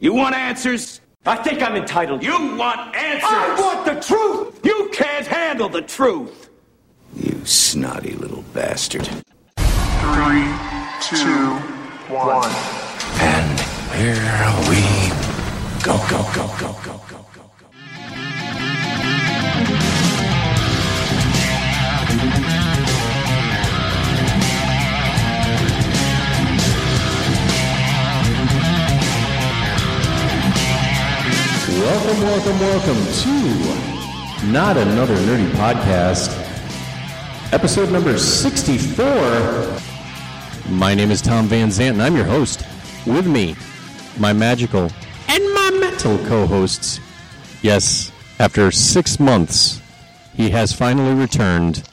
You want answers? I think I'm entitled. You want answers? I want the truth. You can't handle the truth. You snotty little bastard. Three, two, one. And here we go, go, go, go, go, go, go, go. Welcome, welcome, welcome to Not Another Nerdy Podcast, episode number 64. My name is Tom Van Zant, and I'm your host. With me, my magical and my mental co hosts. Yes, after six months, he has finally returned,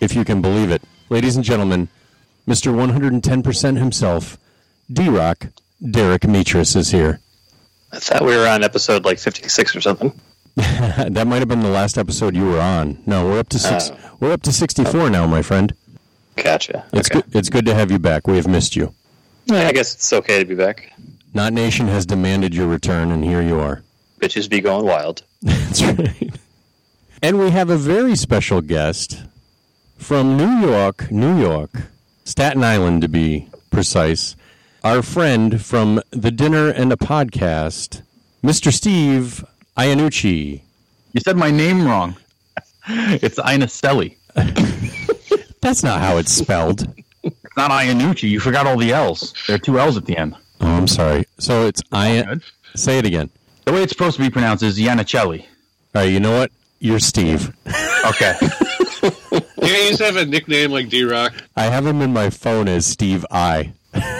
if you can believe it. Ladies and gentlemen, Mr. 110% himself, D Rock, Derek Metris, is here. I thought we were on episode like 56 or something. Uh, that might have been the last episode you were on. No, we're up to six. we're up to sixty-four now, my friend. Gotcha. It's okay. good. It's good to have you back. We have missed you. I guess it's okay to be back. Not Nation has demanded your return, and here you are. Bitches be going wild. That's right. And we have a very special guest from New York, New York, Staten Island to be precise. Our friend from the dinner and a podcast, Mr. Steve Iannucci. You said my name wrong. It's Inacelli. That's not how it's spelled. It's not Ianucci. You forgot all the L's. There are two L's at the end. Oh, I'm sorry. So it's I. good. Say it again. The way it's supposed to be pronounced is Iannicelli. All right, you know what? You're Steve. Okay. Yeah, you used to have a nickname like D Rock. I have him in my phone as Steve I.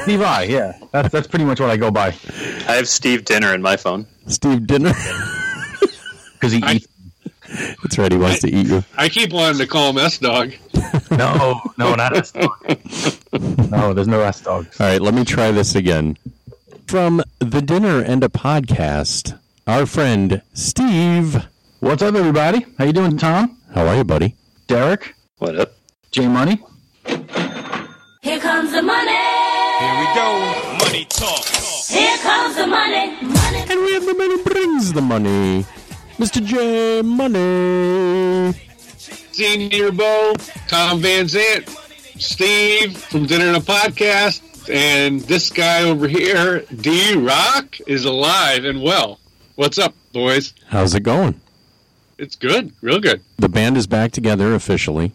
Levi, yeah. That's, that's pretty much what I go by. I have Steve Dinner in my phone. Steve Dinner. Because he eats. That's right. He wants to eat you. I keep wanting to call him S Dog. No, no, not S dog. No, there's no S dog. All right, let me try this again. From the dinner and a podcast, our friend Steve. What's up, everybody? How you doing, Tom? How are you, buddy? Derek? What up? J Money? Here comes the money. Here we go. Money talk. Here comes the money. Money. And we have the man who brings the money, Mr. J Money. Senior Bo, Tom Van Zant, Steve from Dinner and a Podcast, and this guy over here, D Rock, is alive and well. What's up, boys? How's it going? It's good, real good. The band is back together officially.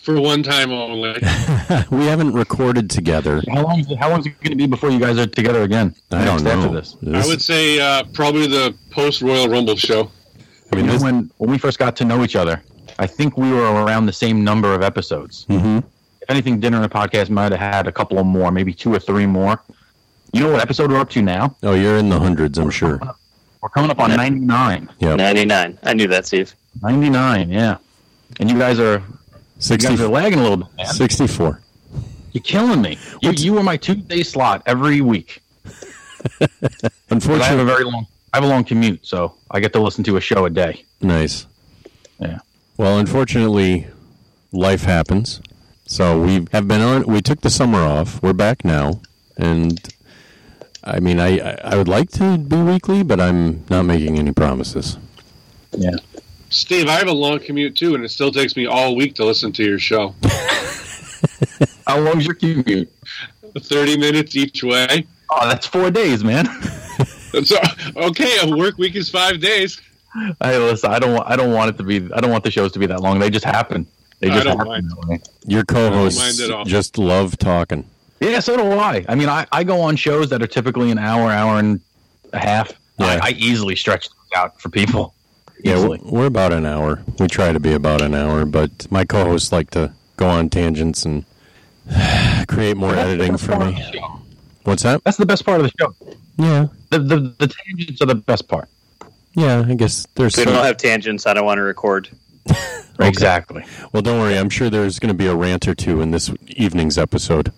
For one time only. We haven't recorded together. How long? How long's it going to be before you guys are together again? I don't Next know. After this. I would say uh, probably the post Royal Rumble show. I mean, You know, this- when when we first got to know each other, I think we were around the same number of episodes. Mm-hmm. If anything, dinner and a podcast might have had a couple of more, maybe two or three more. You know what episode we're up to now? oh, you're in the hundreds, I'm sure. We're coming up on ninety nine. Yeah, 99. I knew that, Steve. Ninety nine, yeah. And you guys are you guys are 60, lagging a little bit, man. 64. You're killing me. You, you were my Tuesday slot every week. 'Cause I have a Unfortunately, very long I have a long commute, so I get to listen to a show a day. nice. Yeah. Well, unfortunately, life happens. So we have been on. We took the summer off. We're back now, and I mean, I I- I would like to be weekly, but I'm not making any promises. Yeah. Steve, I have a long commute too, and it still takes me all week to listen to your show. How long's your commute? 30 minutes each way. Oh, that's four days, man. So, okay, a work week is five days. Hey, listen, I don't want I don't want it to be I don't want the shows to be that long. They just happen. They I just don't happen mind. that way. Your mind co-hosts at all. just love talking. Yeah, so do I. I mean, I, I go on shows that are typically an hour, hour and a half. Yeah. I, I easily stretch those out for people. Yeah, we're, Easily. we're about an hour. We try to be about an hour, but my co-hosts like to go on tangents and create more editing for me. What's that? That's the best part of the show. Yeah, The the, the tangents are the best part. yeah. I guess there's. We some- don't have tangents. I don't want to record. Exactly. Well, don't worry. I'm sure there's going to be a rant or two in this evening's episode.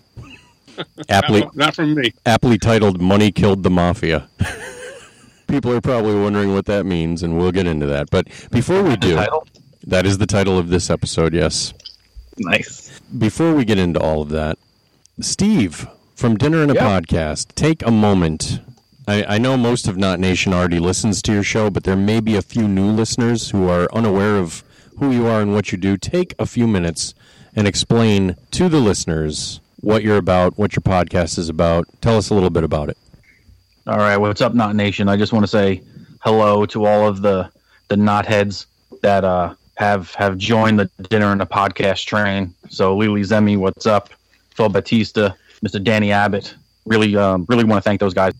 aptly, Not, not from me. aptly titled "Money Killed the Mafia." People are probably wondering what that means, and we'll get into that. But before we do, Title? that is the title of this episode. Yes. Nice. Before we get into all of that, Steve from Dinner and a Yeah. Podcast, take a moment I, I know most of Not Nation already listens to your show, but there may be a few new listeners who are unaware of who you are and what you do. Take a few minutes and explain to the listeners what you're about, what your podcast is about. Tell us a little bit about it. All right, what's up, Knot Nation? I just want to say hello to all of the the knotheads that uh, have have joined the dinner and the podcast train. So Lily Zemi, what's up? Phil Batista, Mr. Danny Abbott. Really, um, really want to thank those guys.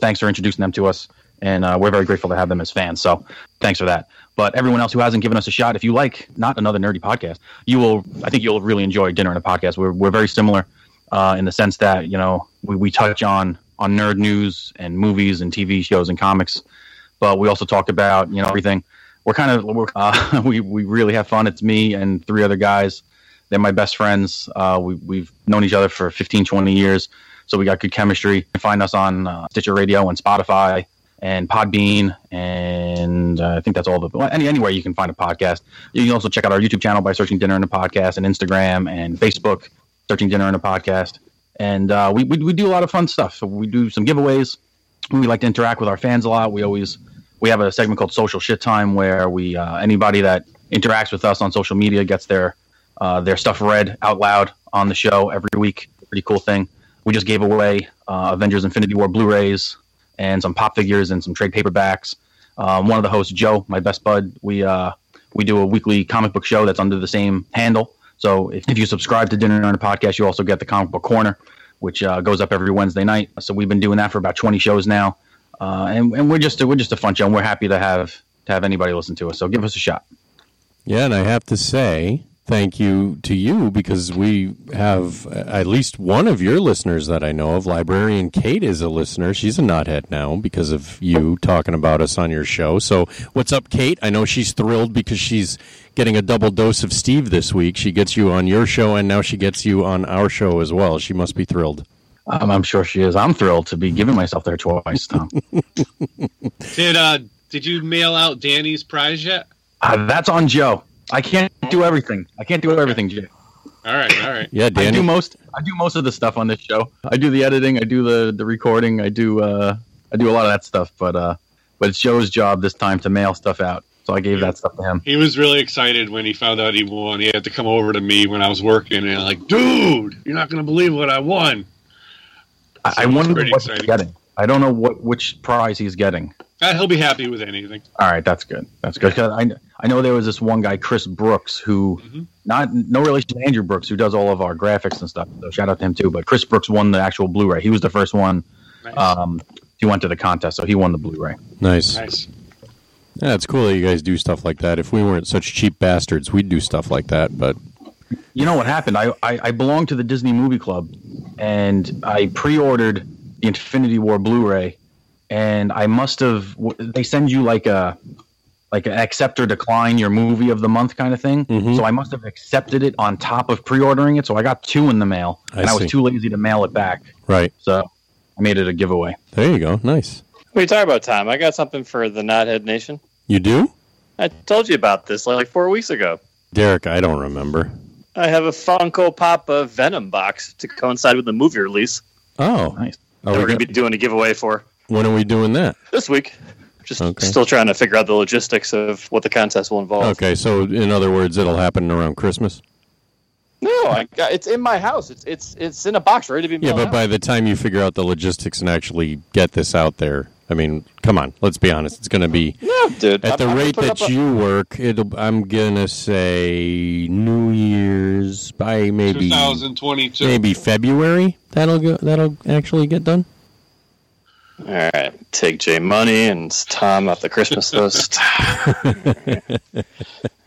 Thanks for introducing them to us, and uh, we're very grateful to have them as fans. So thanks for that. But everyone else who hasn't given us a shot, if you like not another nerdy podcast, you will. I think you'll really enjoy dinner and a podcast. We're we're very similar uh, in the sense that you know we, we touch on on nerd news and movies and TV shows and comics, but we also talk about you know everything. We're kind of we're, uh, we we really have fun. It's me and three other guys. They're my best friends. Uh, we we've known each other for 15, 20 years, so we got good chemistry. You can find us on uh, Stitcher Radio and Spotify and Podbean, and uh, I think that's all the well, any anywhere you can find a podcast. You can also check out our YouTube channel by searching Dinner and a Podcast, and Instagram and Facebook, searching Dinner and a Podcast. And uh, we, we we do a lot of fun stuff. So we do some giveaways. We like to interact with our fans a lot. We always we have a segment called Social Shit Time where we uh, anybody that interacts with us on social media gets their uh, their stuff read out loud on the show every week. Pretty cool thing. We just gave away uh, Avengers Infinity War Blu-rays and some pop figures and some trade paperbacks. Um, one of the hosts, Joe, my best bud, we uh, we do a weekly comic book show that's under the same handle. So if, if you subscribe to Dinner on a Podcast, you also get the Comic Book Corner, which uh, goes up every Wednesday night. So we've been doing that for about 20 shows now, uh, and, and we're just we're just a fun show. And we're happy to have to have anybody listen to us. So give us a shot. Yeah, and I have to say thank you to you because we have uh, at least one of your listeners that I know of. Librarian Kate is a listener. She's a knothead now because of you talking about us on your show. So, what's up, Kate? I know she's thrilled because she's getting a double dose of Steve this week. She gets you on your show, and now she gets you on our show as well. She must be thrilled. Um, I'm sure she is. I'm thrilled to be giving myself there twice, Tom. Did uh did you mail out Danny's prize yet? uh, that's on Joe. I can't do everything. I can't do everything, Joe. All right, all right. Yeah, I Danny. do most. I do most of the stuff on this show. I do the editing. I do the the recording. I do. Uh, I do a lot of that stuff. But uh, but it's Joe's job this time to mail stuff out. So I gave that stuff to him. He was really excited when he found out he won. He had to come over to me when I was working and like, dude, you're not gonna believe what I won. I, I Sounds wonder what pretty he's exciting. getting. I don't know what which prize he's getting. Uh, he'll be happy with anything. All right, that's good. That's good. 'Cause I I know there was this one guy, Chris Brooks, who not no relation to Andrew Brooks, who does all of our graphics and stuff. So shout out to him too. But Chris Brooks won the actual Blu-ray. He was the first one. Nice. Um, he went to the contest, so he won the Blu-ray. nice. nice. Yeah, it's cool that you guys do stuff like that. If we weren't such cheap bastards, we'd do stuff like that. But you know what happened? I, I, I belong to the Disney Movie Club, and I pre-ordered the Infinity War Blu-ray, and I must have. w- They send you like a like a accept or decline your movie of the month kind of thing. Mm-hmm. So I must have accepted it on top of pre-ordering it. So I got two in the mail, I and I see. was too lazy to mail it back. right So I made it a giveaway. there, you go. Nice. What are you talking about, Tom? I got something for the Knothead Nation. You do, I told you about this like four weeks ago. Derek? I don't remember. I have a Funko Pop uh, Venom box to coincide with the movie release Oh, Nice. Are we that we're going go- to be doing a giveaway for when are we doing that? this week. Just Okay. still trying to figure out the logistics of what the contest will involve. Okay, so in other words, it'll happen around Christmas. No, I got, it's in my house. It's it's it's in a box ready to be Yeah, mailed but out. by the time you figure out the logistics and actually get this out there, I mean, come on, let's be honest. It's going to be No, dude. at the I'm- I'm rate gonna put that up a- you work. It'll, I'm gonna say New Year's by maybe 2022. maybe February. That'll go. That'll actually get done. All right, take J Money and Tom off the Christmas list. All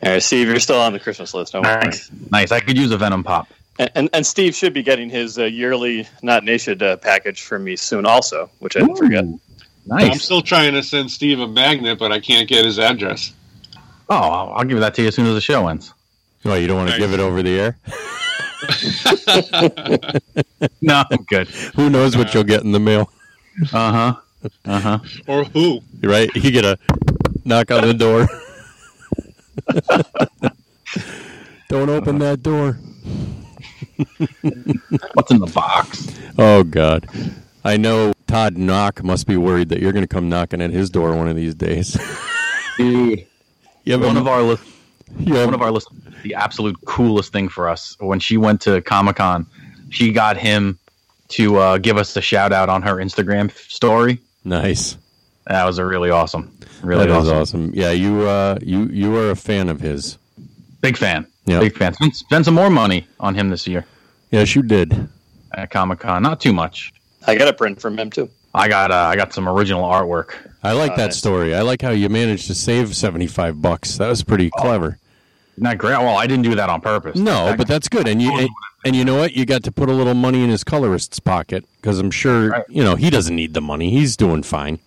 right, Steve, you're still on the Christmas list. No Nice, nice. I could use a Venom pop. And, and and Steve should be getting his uh, yearly Not Nation uh, package from me soon, also, which I didn't forget. Ooh, I'm Nice. still trying to send Steve a magnet, but I can't get his address. Oh, I'll I'll give that to you as soon as the show ends. Oh, you don't want to Nice. give it over the air? No, I'm good. Who knows what you'll get in the mail, Uh huh. Uh huh. Or who? right? You get a knock on the door. don't open that door. What's in the box? Oh God, I know Todd Knock must be worried that you're going to come knocking at his door one of these days. Dude, you have one a- of our lis- you have- one of our listeners, the absolute coolest thing for us when she went to Comic Con, she got him to uh, give us a shout out on her Instagram f- story. nice. That was a really awesome, really That is awesome. awesome. Yeah, you uh, you you are a fan of his. Big fan, Yeah. big fan. Spend, spend some more money on him this year Yes, you did. at Comic Con. Not too much. I got a print from him too. I got uh, I got some original artwork. I like Oh, that nice. story. I like how you managed to save seventy five bucks. That was pretty Oh, clever. Not great. Well, I didn't do that on purpose. No, That- but that's good. And you and, and you know what? You got to put a little money in his colorist's pocket because I'm sure Right. you know he doesn't need the money. He's doing fine.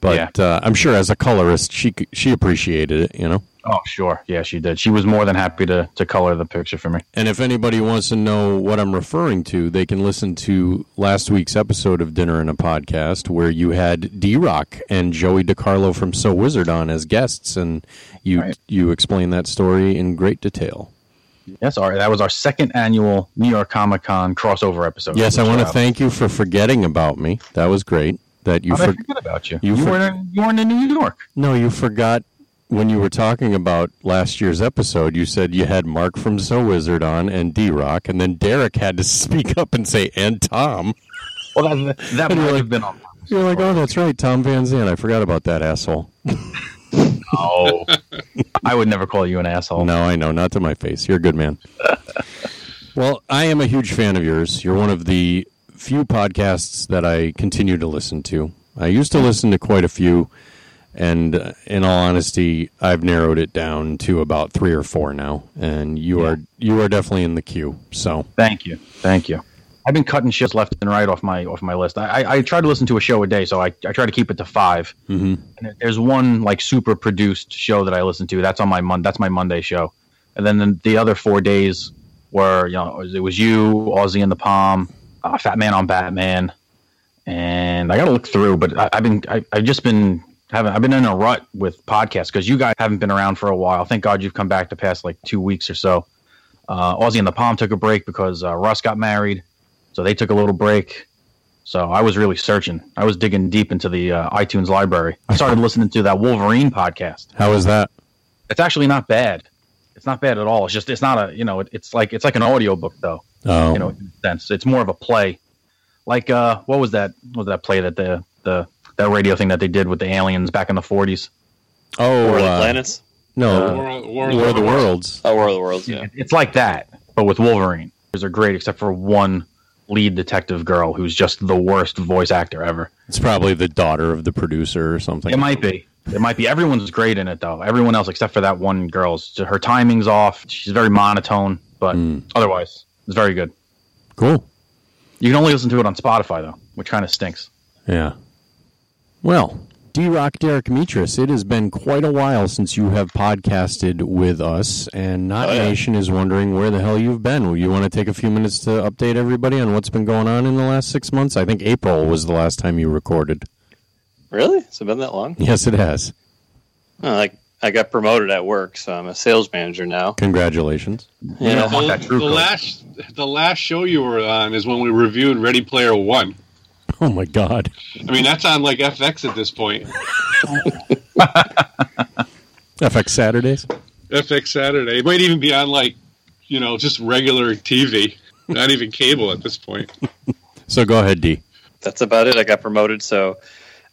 But Yeah. uh, I'm sure as a colorist, she c- she appreciated it. You know. oh sure, yeah, she did. She was more than happy to to color the picture for me. And if anybody wants to know what I'm referring to, they can listen to last week's episode of Dinner in a Podcast where you had D Rock and Joey DiCarlo from So Wizard on as guests, and you you explained that story in great detail. Yes, our, that was our second annual New York Comic Con crossover episode. Yes, I Which, want to uh, thank you for forgetting about me. That was great. That you How'd I for- forget about you. you You, for- weren't in, you weren't in New York. no, you forgot when you were talking about last year's episode. You said you had Mark from So Wizard on and D Rock, and then Derek had to speak up and say and Tom. Well, that, that And might you're like- have been on. You're like, oh, that's right, Tom Van Zandt. I forgot about that asshole. Oh, I would never call you an asshole. No, I know, not to my face. You're a good man. well, I am a huge fan of yours. You're one of the few podcasts that I continue to listen to. I used to listen to quite a few, and uh, in all honesty, I've narrowed it down to about three or four now. And you are you are definitely in the queue. So Thank you, thank you. I've been cutting shits left and right off my off my list. I, I, I try to listen to a show a day, so I, I try to keep it to 5 And there- there's one like super produced show that I listen to. That's on my mon- That's my Monday show. And then the, the other four days were you know it was you, Aussie and the Palm, uh, Fat Man on Batman, and I got to look through. But I, I've been I, I've just been having I've been in a rut with podcasts because you guys haven't been around for a while. Thank God you've come back the past like two weeks or so. Uh, Aussie and the Palm took a break because uh, Russ got married, so they took a little break. So I was really searching. I was digging deep into the uh, iTunes library. I started listening to that Wolverine podcast. how is that? It's actually not bad. It's not bad at all. It's just it's not a you know it, it's like it's like an audiobook though. Oh, You know, in a sense it's more of a play. Like uh, what was that? What was that play that the the that radio thing that they did with the aliens back in the forties? oh, War of the uh, Planets. no, War, War War of Uh, the Worlds. Oh, War of the Worlds. Yeah. It's like that, but with Wolverine. Those are great, except for one lead detective girl who's just the worst voice actor ever. It's probably the daughter of the producer or something. It might be. It might be. Everyone's great in it, though. Everyone else, except for that one girl's. Her timing's off. She's very monotone, but otherwise, it's very good. cool. You can only listen to it on Spotify, though, which kind of stinks. Yeah. Well, D Rock Derek Mitris, it has been quite a while since you have podcasted with us, and Not Oh, yeah. Nation is wondering where the hell you've been. Well, You want to take a few minutes to update everybody on what's been going on in the last six months? I think April was the last time you recorded. Really? It's been that long? Yes, it has. Oh, I I got promoted at work, so I'm a sales manager now. Congratulations. You Yeah. don't want that The, true the code. last the last show you were on is when we reviewed Ready Player One. Oh my God. I mean, that's on like FX at this point. FX Saturdays. FX Saturday. It might even be on like you know just regular TV, not even cable at this point. So go ahead, D. That's about it. I got promoted, so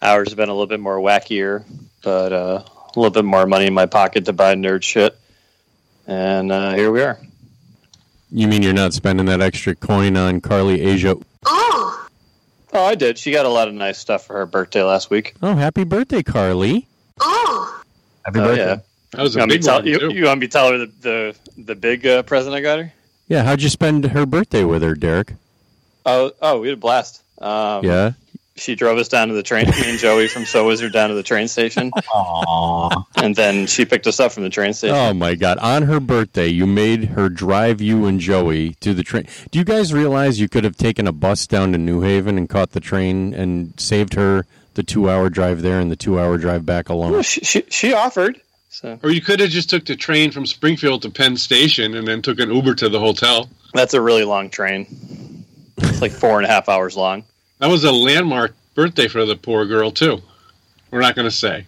hours have been a little bit more wackier, but uh, a little bit more money in my pocket to buy nerd shit. And uh, here we are. You mean you're not spending that extra coin on Carly Asia? Oh, I did. She got a lot of nice stuff for her birthday last week. Oh, happy birthday, Carly. Happy Oh, birthday. yeah. That was You a want, me big to tell, one you, too. you want me to tell her the, the, the big uh, present I got her? Yeah, how'd you spend her birthday with her, Derek? Oh, oh, we had a blast. Um, Yeah. She drove us down to the train. Me and Joey from So Wizard down to the train station, Aw. and then she picked us up from the train station. Oh my god! On her birthday, you made her drive you and Joey to the train. Do you guys realize you could have taken a bus down to New Haven and caught the train and saved her the two-hour drive there and the two-hour drive back Well, Oh. alone? she, she she offered. So Or you could have just took the train from Springfield to Penn Station and then took an Uber to the hotel. that's a really long train. It's like four and a half hours long. That was a landmark birthday for the poor girl too. We're not going to say.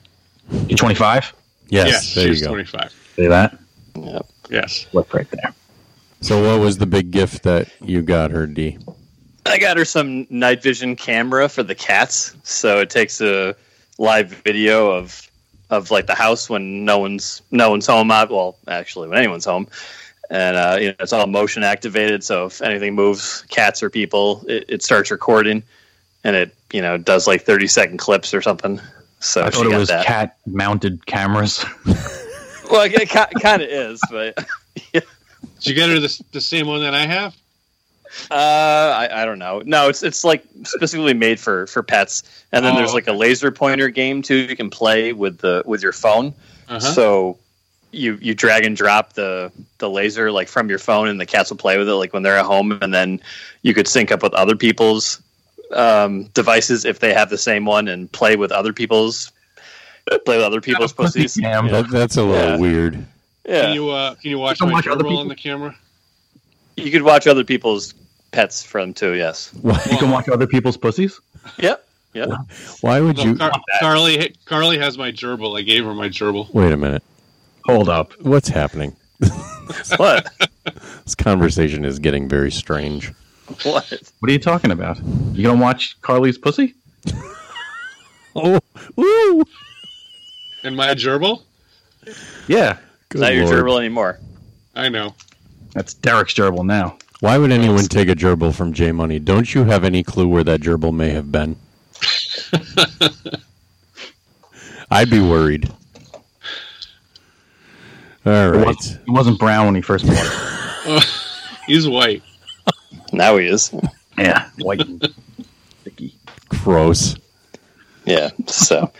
You're 25. Yes, there she's you go. 25. Say that. Yep. Yes. Look right there. So, what was the big gift that you got her, D? I got her some night vision camera for the cats, so it takes a live video of of like the house when no one's no one's home. uh, Well, actually, when anyone's home, and uh, you know it's all motion activated. So if anything moves, cats or people, it, it starts recording, and it you know does like thirty second clips or something. So I she thought it got was that. cat mounted cameras. Well, it, kind of is, but Did you get her the, the same one that I have? uh, I, I don't know. No, it's it's like specifically made for for pets. And then Oh, there's like a laser pointer game too. You can play with the with your phone. Uh-huh. So you you drag and drop the the laser like from your phone, and the cats will play with it like when they're at home, and then you could sync up with other people's um, devices if they have the same one, and play with other people's play with other people's pussies. Damn. That, that's a little Yeah. weird. Can Yeah, you uh, can you watch Don't my watch other gerbil on people. the camera? you could watch other people's pets for them too. Yes. You can watch other people's pussies. Yep. Yep. Why would No, you? Car- Carly Carly has my gerbil. I gave her my gerbil. Wait a minute. Hold up. What's happening? What? This conversation is getting very strange. What? What are you talking about? You gonna watch Carly's pussy? Oh, ooh! And my gerbil? Yeah, Good Not your Lord. gerbil anymore. I know. that's Derek's gerbil now. Why would anyone take a gerbil from J Money? Don't you have any clue where that gerbil may have been? I'd be worried. All It right. wasn't, it wasn't brown when he first bought it. He's white. Now he is. yeah, white and sticky. Gross. Yeah. So,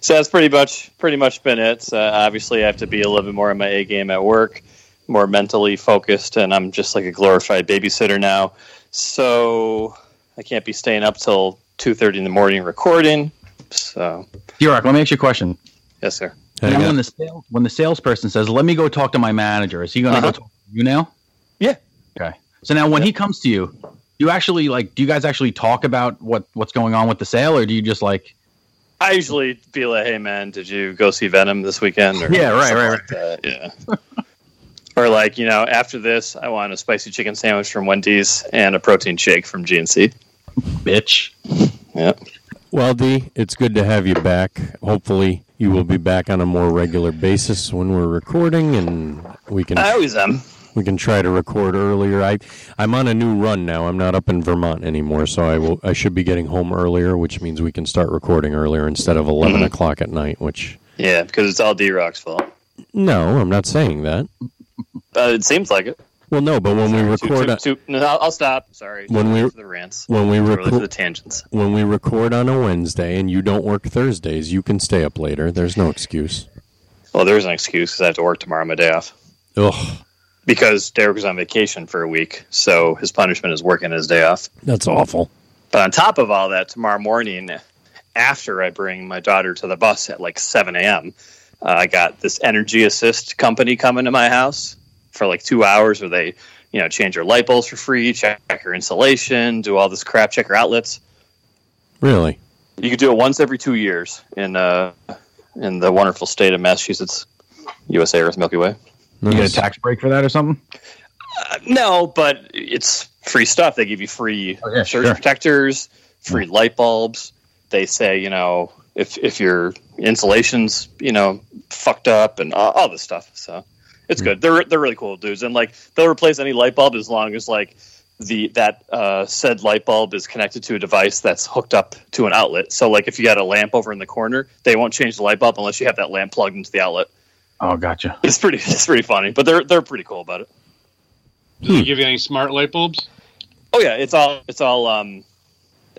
so that's pretty much pretty much been it. So uh, obviously, I have to be a little bit more in my A game at work, more mentally focused, and I'm just like a glorified babysitter now. So I can't be staying up till two thirty in the morning recording. So Derek, let me ask you a question. yes, sir. Hang Now, on. when the sale, when the salesperson says, "Let me go talk to my manager," is he gonna Uh-huh. go talk to you now? Yeah. Okay. So now, when he comes to you, you actually like, do you guys actually talk about what what's going on with the sale, or do you just like, I usually be like, "Hey, man, did you go see Venom this weekend?" Or Yeah, right, something right, like that, Yeah. or like, you know, after this, I want a spicy chicken sandwich from Wendy's and a protein shake from GNC. bitch? Yeah. Well, D, it's good to have you back. Hopefully, you will be back on a more regular basis when we're recording, and we can I always am. we can try to record earlier. I I'm on a new run now. I'm not up in Vermont anymore, so I will I should be getting home earlier, which means we can start recording earlier instead of 11 o'clock at night. Which Yeah, because it's all D Rock's fault. no, I'm not saying that. Uh, it seems like it. Well, no, but when we Toot, toot, record on- toot. No, I'll, I'll stop. Sorry. When Too early we- for the rants, when we Too early for the record tangents. when we record on a Wednesday and you don't work Thursdays, you can stay up later. There's no excuse. Well, there's an excuse because I have to work tomorrow, on my day off. Ugh, Because Derek was on vacation for a week, so his punishment is working his day off. that's awful. But on top of all that, tomorrow morning, after I bring my daughter to the bus at like 7 a.m., uh, I got this energy assist company coming to my house for like two hours where they, you know, change her light bulbs for free, check her insulation, do all this crap, check her outlets. Really. You could do it once every two years in uh, in the wonderful state of Massachusetts, USA Earth Milky Way. You get Nice. a tax break for that or something? No, but it's free stuff. They give you free Oh, yeah, surge sure. protectors, free light bulbs. They say, you know, if if your insulation's you know fucked up and all, all this stuff. So Hmm. it's good. They're they're really cool dudes, and like they'll replace any light bulb as long as like the that uh, said light bulb is connected to a device that's hooked up to an outlet. So like if you got a lamp over in the corner, they won't change the light bulb unless you have that lamp plugged into the outlet. Oh, gotcha. It's pretty it's pretty funny, but they're they're pretty cool about it. Do Hmm. they give you any smart light bulbs? Oh yeah, it's all it's all um,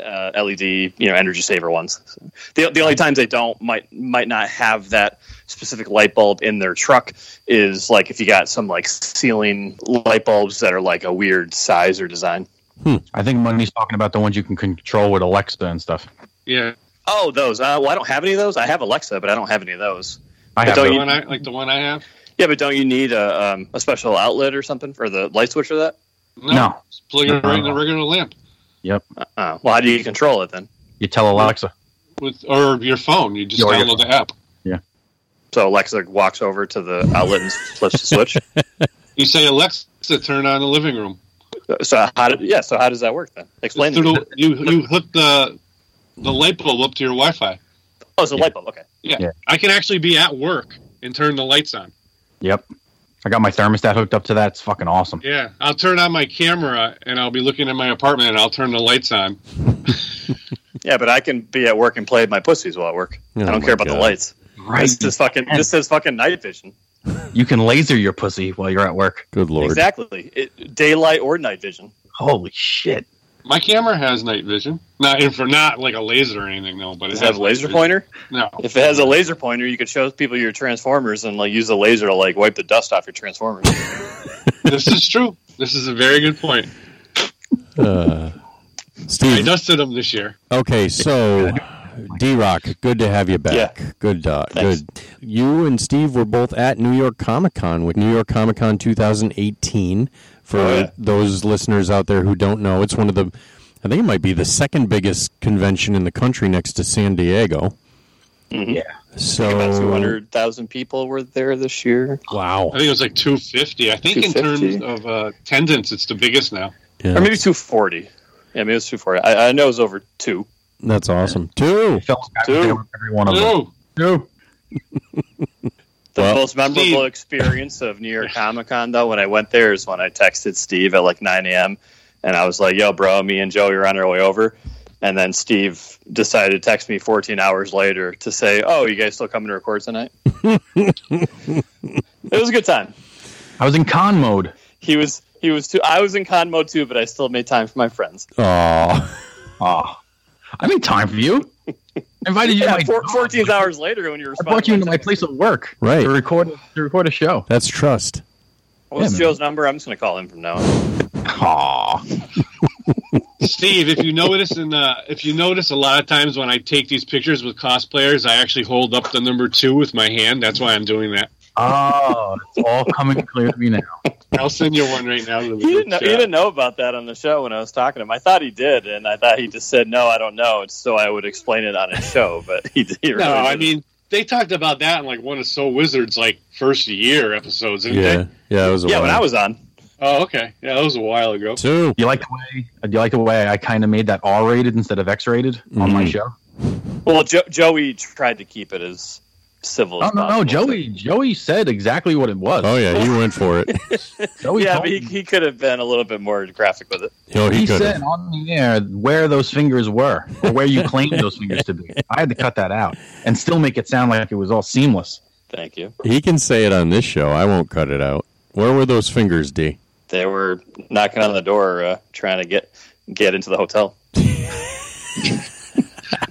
uh, LED, you know, energy saver ones. So the the only times they don't might might not have that specific light bulb in their truck is like if you got some like ceiling light bulbs that are like a weird size or design. I think money's talking about the ones you can control with Alexa and stuff. Yeah. Oh, those. Uh, well, I don't have any of those. I have Alexa, but I don't have any of those. I But have don't The you- those. one I, like the one I have? Yeah, but don't you need a um, a special outlet or something for the light switch for that? No. Just plug it right in the regular lamp. Yep. Uh, well, how do you control it then? You tell Alexa. with or your phone. You just Or your download the app. So Alexa walks over to the outlet and flips the switch. You say Alexa, turn on the living room. So how did yeah? So how does that work then? Explain. Through to me. the- you you hook the the light bulb up to your Wi-Fi. Oh, it's a light bulb. Okay. I can actually be at work and turn the lights on. Yep. I got my thermostat hooked up to that. It's fucking awesome. Yeah, I'll turn on my camera and I'll be looking at my apartment and I'll turn the lights on. Yeah, but I can be at work and play my pussies while at work. Oh, I don't my care about God. the lights. Right. This is fucking. This is fucking night vision. You can laser your pussy while you're at work. Good lord. Exactly. It, daylight or night vision. Holy shit. My camera has night vision, not infra, not like a laser or anything though. But it Does it has have a night laser vision. pointer? No, If it has a laser pointer, you could show people your transformers and like use the laser to like wipe the dust off your transformers. this is true. This is a very good point. Uh, I Steve. dusted them this year. Okay, so D Rock, good to have you back. Good, uh, Thanks. good. You and Steve were both at New York Comic Con with New York Comic Con 2018. For Oh, yeah. those listeners out there who don't know, it's one of the, I think it might be the second biggest convention in the country next to San Diego. Yeah. Mm-hmm. About two So hundred thousand people were there this year. wow, I think it was like 250. I think in 250. terms of uh, attendance, it's the biggest now. Yeah, Or maybe 240. Yeah, maybe it's 240. I, I know it was over two. that's awesome. Two. Phil's got Dude. to every one of them. Ooh, The Well- most memorable Steve. experience of New York Comic Con, though, when I went there is when I texted Steve at like 9 a.m. and I was like, yo, bro, me and Joey are on our way over. And then Steve decided to text me 14 hours later to say, oh, you guys still coming to record tonight? it was a good time. I was in con mode. He was, he was too, I was in con mode too, but I still made time for my friends. Aw. Oh, I made time for you. I invited you Yeah, to my four, 14 hours later when you were I brought you into my place of work Right. to record to record a show. that's trust. What's Yeah, man. Joe's number? I'm just going to call him from now on. Aw. Steve, if you notice, in uh, if you notice, a lot of times when I take these pictures with cosplayers, I actually hold up the number two with my hand. That's why I'm doing that. Oh, it's all coming clear to me now. I'll send you one right now. To the He didn't, know, group he chat. didn't know about that on the show when I was talking to him. I thought he did, and I thought he just said, no, I don't know, so I would explain it on his show, but he, he really No, I didn't. mean they talked about that in like one of Soul Wizard's like first year episodes, didn't Yeah, they? yeah. It was a Mm-hmm. Yeah, when while. I was on. Oh, okay. Yeah, that was a while ago. two. You like the way you like the way I kind of made that R rated instead of X rated on my Mhm. show. Well, jo- Joey tried to keep it as civil Oh as no, no, possible. Joey, Joey said exactly what it was. Oh yeah, he went for it. Joey yeah, told but he, me. he could have been a little bit more graphic with it. Oh, he, he, could. said on the air where those fingers were or where you claimed those fingers to be. I had to cut that out and still make it sound like it was all seamless. Thank you. He can say it on this show. I won't cut it out. Where were those fingers, D? They were knocking on the door, uh, trying to get get into the hotel.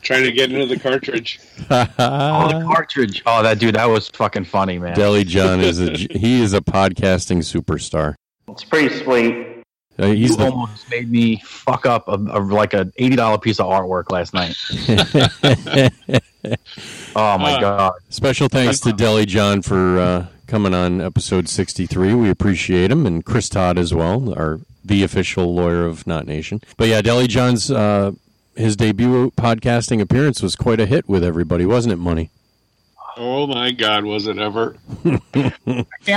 Trying to get into the cartridge. oh, the Uh, cartridge. Oh, that dude, that was fucking funny, man. Deli John is a he is a podcasting superstar. It's pretty sweet. Uh, he's you the, almost made me fuck up a, a, like an eighty dollar piece of artwork last night. oh my Uh, god! special thanks to Deli John for uh, coming on episode sixty three. We appreciate him and Chris Todd as well, our the official lawyer of Not Nation. But yeah, Deli John's uh, his debut podcasting appearance was quite a hit with everybody, wasn't it? Money. Oh my God, was it ever? I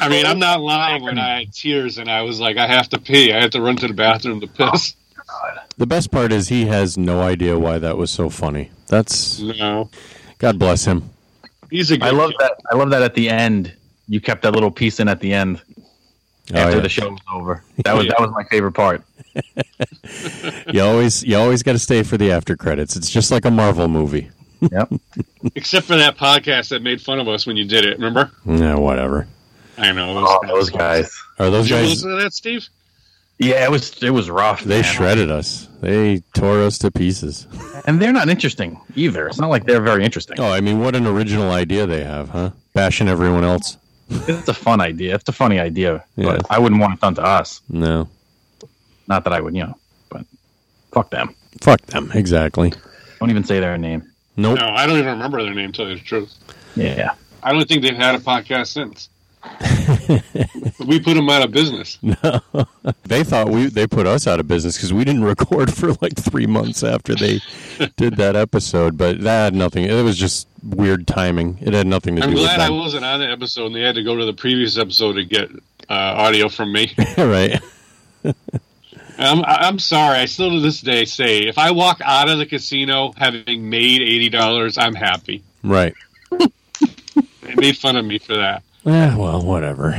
mean, I'm not lying when I had tears and I was like, I have to pee. I have to run to the bathroom to piss. The best part is he has no idea why that was so funny. That's No, God bless him. he's a good. I love kid. that. I love that at the end. You kept that little piece in at the end Oh, after yeah. the show was over. That was that was my favorite part. You always you always got to stay for the after credits. It's just like a Marvel movie. Yep. Except for that podcast that made fun of us when you did it. Remember? Yeah, whatever. I know. Oh, those guys. Are those Did you guys? listen to that, Steve? Yeah, it was it was rough. They man. shredded us. They tore us to pieces. and they're not interesting either. It's not like they're very interesting. Oh, I mean, what an original idea they have, huh? Bashing everyone else. It's a fun idea. It's a funny idea, Yeah. but I wouldn't want it done to us. No, Not that I would, you know. But fuck them. fuck them. Exactly. Don't even say their name. Nope. No, I don't even remember their name. To tell you the truth, Yeah. I don't think they've had a podcast since. we put them out of business. They thought we they put us out of business because we didn't record for like three months after they did that episode. But that had nothing. It was just weird timing. It had nothing to I'm do with glad I them. wasn't on the episode and they had to go to the previous episode to get uh, audio from me. right. I'm, I'm sorry. I still to this day say if I walk out of the casino having made $80, I'm happy. Right. They made fun of me for that. Yeah. Eh, Well, whatever.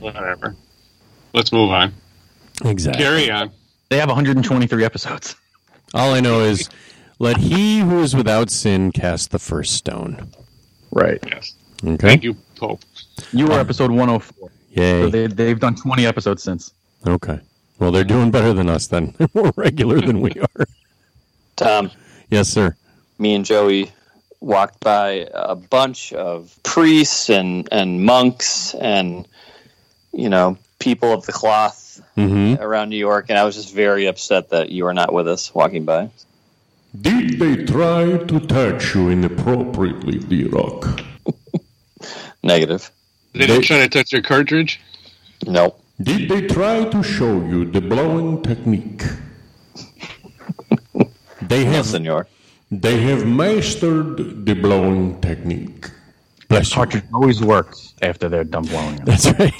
Whatever. Let's move on. Exactly. Carry on. They have 123 episodes. All I know is, let he who is without sin cast the first stone. Right. Yes. Okay. Thank you, Pope. You were episode 104. So Yay. they, they've done 20 episodes since. okay. Well, they're doing better than us then. They're more regular than we are. Tom, Yes, sir. me and Joey walked by a bunch of priests and, and monks and, you know, people of the cloth Mm-hmm. around New York. And I was just very upset that you were not with us walking by. Did they try to touch you inappropriately, D-Rock? Negative. They didn't try to touch your cartridge? Nope. Did they try to show you the blowing technique? They No, have senor. They have mastered the blowing technique. bless you. Cartridge always works after they're done blowing up. That's right.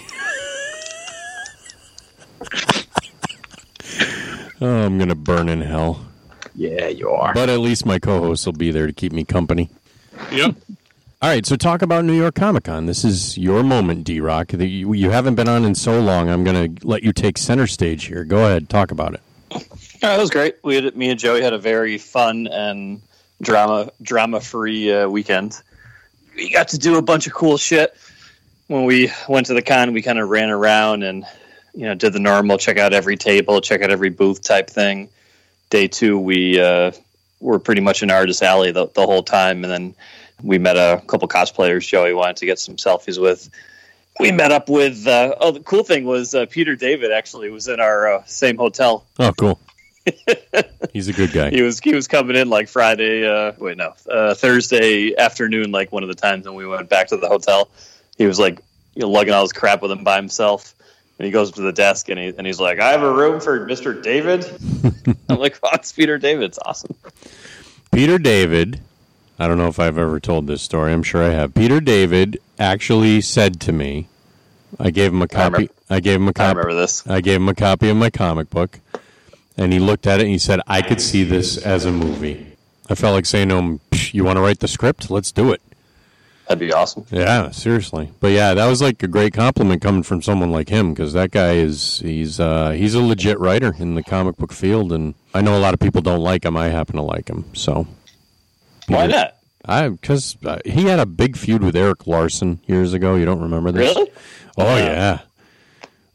oh, I'm gonna burn in hell. Yeah, you are. But at least my co-host will be there to keep me company. Yep. All right, so talk about New York Comic Con. This is your moment, D Rock. You, you haven't been on in so long. I'm gonna let you take center stage here. Go ahead, talk about it. Yeah, it was great. We had, me and Joey had a very fun and drama drama free uh, weekend. We got to do a bunch of cool shit. When we went to the con, we kind of ran around and you know did the normal check out every table, check out every booth type thing. Day two, we uh, were pretty much in artist alley the, the whole time, and then we met a couple cosplayers. Joey wanted to get some selfies with. We met up with. Uh, oh, the cool thing was uh, Peter David actually was in our uh, same hotel Oh, cool. He's a good guy. he was he was coming in like Friday. Uh, wait, no, uh, Thursday afternoon, like one of the times when we went back to the hotel. He was like you know, lugging all his crap with him by himself, and he goes up to the desk and he and he's like, "I have a room for Mister David." I'm like, "Oh, it's Peter David. It's awesome." Peter David. I don't know if I've ever told this story. I'm sure I have. Peter David actually said to me, I gave him a I remember- copy. I gave him a I copy. remember this. I gave him a copy of my comic book, and he looked at it and he said, "I could see this as a movie." I felt like saying to him, "Psh, "You want to write the script? Let's do it." That'd be awesome. Yeah, seriously. But yeah, that was like a great compliment coming from someone like him because that guy is he's uh, he's a legit writer in the comic book field, and I know a lot of people don't like him. I happen to like him, so Why not? I because uh, he had a big feud with Eric Larson years ago. You don't remember this? Really? Oh yeah.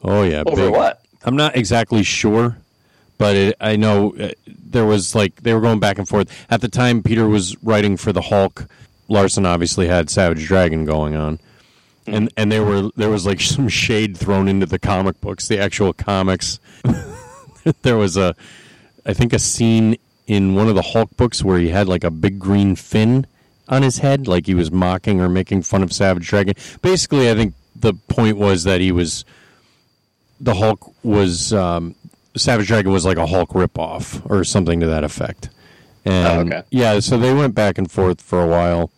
Oh yeah. Over what? I'm not exactly sure, but it, I know uh, there was like they were going back and forth at the time. Peter was writing for the Hulk. Larson obviously had Savage Dragon going on, Hmm. and and there were there was like some shade thrown into the comic books, the actual comics. there was a, I think a scene in one of the Hulk books where he had like a big green fin on his head, like he was mocking or making fun of Savage Dragon. Basically, I think the point was that he was the Hulk was um, Savage Dragon was like a Hulk ripoff or something to that effect. And Oh, okay. yeah, so they went back and forth for a while.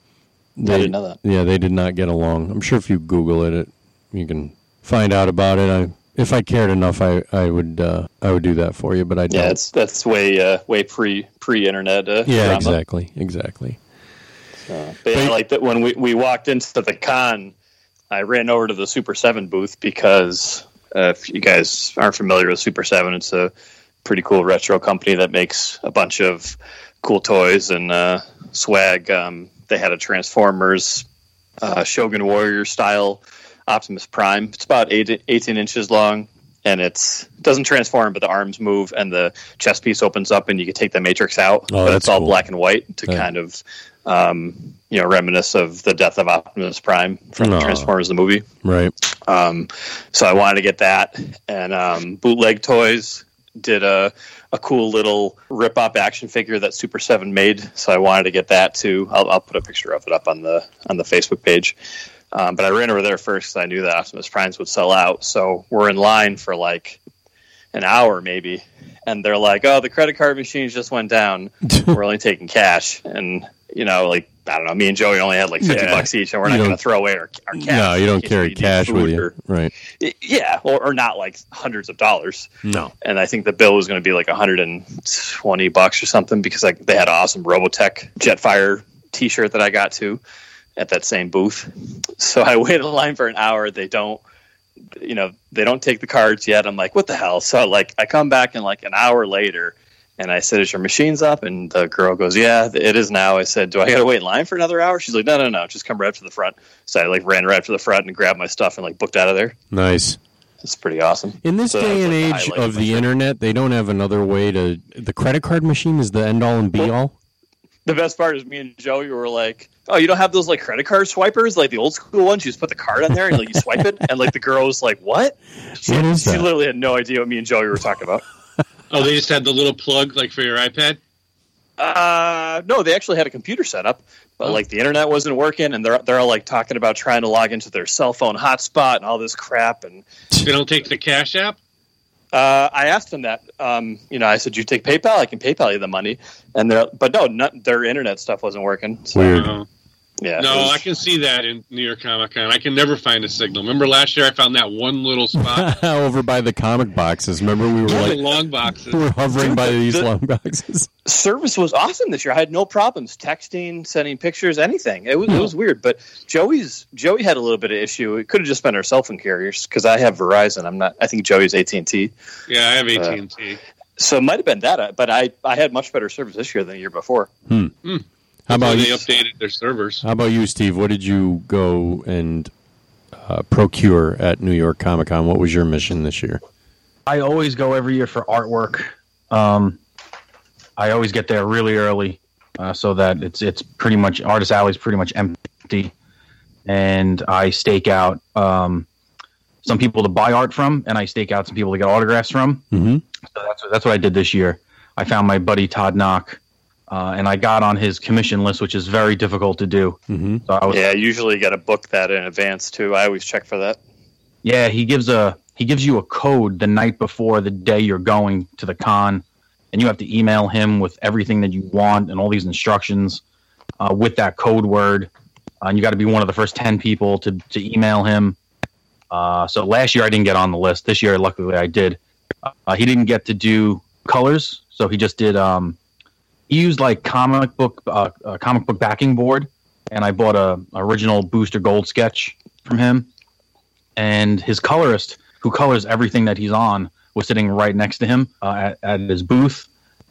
They, didn't know that. Yeah, they did not get along. I'm sure if you Google it, it you can find out about it. I, if I cared enough, I, I would uh, I would do that for you, but I don't. Yeah, it's that's way uh, way pre pre internet. Uh, Yeah, drama. exactly, exactly. But yeah, But- like that when we, we walked into the con, I ran over to the Super Seven booth because uh, if you guys aren't familiar with Super Seven, it's a pretty cool retro company that makes a bunch of cool toys and uh, swag. Um, they had a Transformers, uh, Shogun Warrior style Optimus Prime. It's about eight, 18 inches long. And it's it doesn't transform, but the arms move, and the chest piece opens up, and you can take the matrix out. but Oh, that's it's all cool. black and white to Yeah. kind of um, you know, reminisce of the death of Optimus Prime from Aw. Transformers the movie. Right. Um, so I wanted to get that, and um, Bootleg Toys did a a cool little rip up action figure that Super Seven made. So I wanted to get that too. I'll, I'll put a picture of it up on the on the Facebook page. Um, but I ran over there first because I knew that Optimus Primes would sell out. So we're in line for like an hour maybe, and they're like, "Oh, the credit card machines just went down. we're only taking cash." And you know, like I don't know, me and Joey only had like fifty Yeah. bucks each, and we're not You don't- going to throw away our, our cash. no, you don't in case carry we need cash food with you, or- right? yeah, or, or not like hundreds of dollars. No. And I think the bill was going to be like 120 bucks or something because like they had an awesome Robotech Jetfire T-shirt that I got to at that same booth. So I waited in line for an hour. They don't, you know, they don't take the cards yet. I'm like, what the hell? So like I come back and like an hour later. And I said, "Is your machines up?" And the girl goes, "Yeah, it is now." I said, "Do I got to wait in line for another hour?" She's like, "No, no, no, just come right up to the front." So I like ran right up to the front and grabbed my stuff and like booked out of there. Nice. It's pretty awesome. In this So that day was, and like, age highlight of my the trip. internet, they don't have another way to. The credit card machine is the end all and be all. the best part is me and Joey were like, "Oh, you don't have those like credit card swipers, like the old school ones? You just put the card on there and like you swipe it." And like the girl was like, "What?" She, What is she that? literally had no idea what me and Joey were talking about. Oh, they just had the little plug like for your iPad. Uh, no, they actually had a computer set up, but Oh. like the internet wasn't working, and they're they're all like talking about trying to log into their cell phone hotspot and all this crap. And They don't take the Cash App. Uh, I asked them that. Um, you know, I said, "You take PayPal? I can PayPal you the money." And they're, but no, not, their internet stuff wasn't working. So, Weird. Oh. Yeah. it No, was- I can see that in New York Comic Con. I can never find a signal. Remember last year I found that one little spot, Over by the comic boxes. Remember, we were all the like. long boxes. We're hovering by these long boxes. service was awesome this year. I had no problems texting, sending pictures, anything. It was it was weird, but Joey's Joey had a little bit of issue. It could have just been our cell phone carriers because I have Verizon. I'm not. I think Joey's AT and T, Yeah, I have AT and T. so it might have been that. uh, But I I had much better service this year than the year before. How about They you? updated their servers. How about you, Steve? What did you go and uh, procure at New York Comic Con? What was your mission this year? I always go every year for artwork. Um, I always get there really early, uh, so that it's it's pretty much artist alley's pretty much empty, and I stake out um, some people to buy art from, and I stake out some people to get autographs from. Mhm. So that's what, that's what I did this year. I found my buddy Todd Knock, uh, and I got on his commission list, which is very difficult to do. Mhm. So I was Yeah, usually you got to book that in advance too. I always check for that. Yeah, he gives a he gives you a code the night before the day you're going to the con, and you have to email him with everything that you want and all these instructions uh, with that code word. Uh, and you got to be one of the first ten people to to email him. Uh, so last year I didn't get on the list. This year, luckily, I did. Uh, he didn't get to do colors, so he just did. Um, he used like comic book uh, a comic book backing board, and I bought a original Booster Gold sketch from him and his colorist, who colors everything that he's on, was sitting right next to him uh, at, at his booth,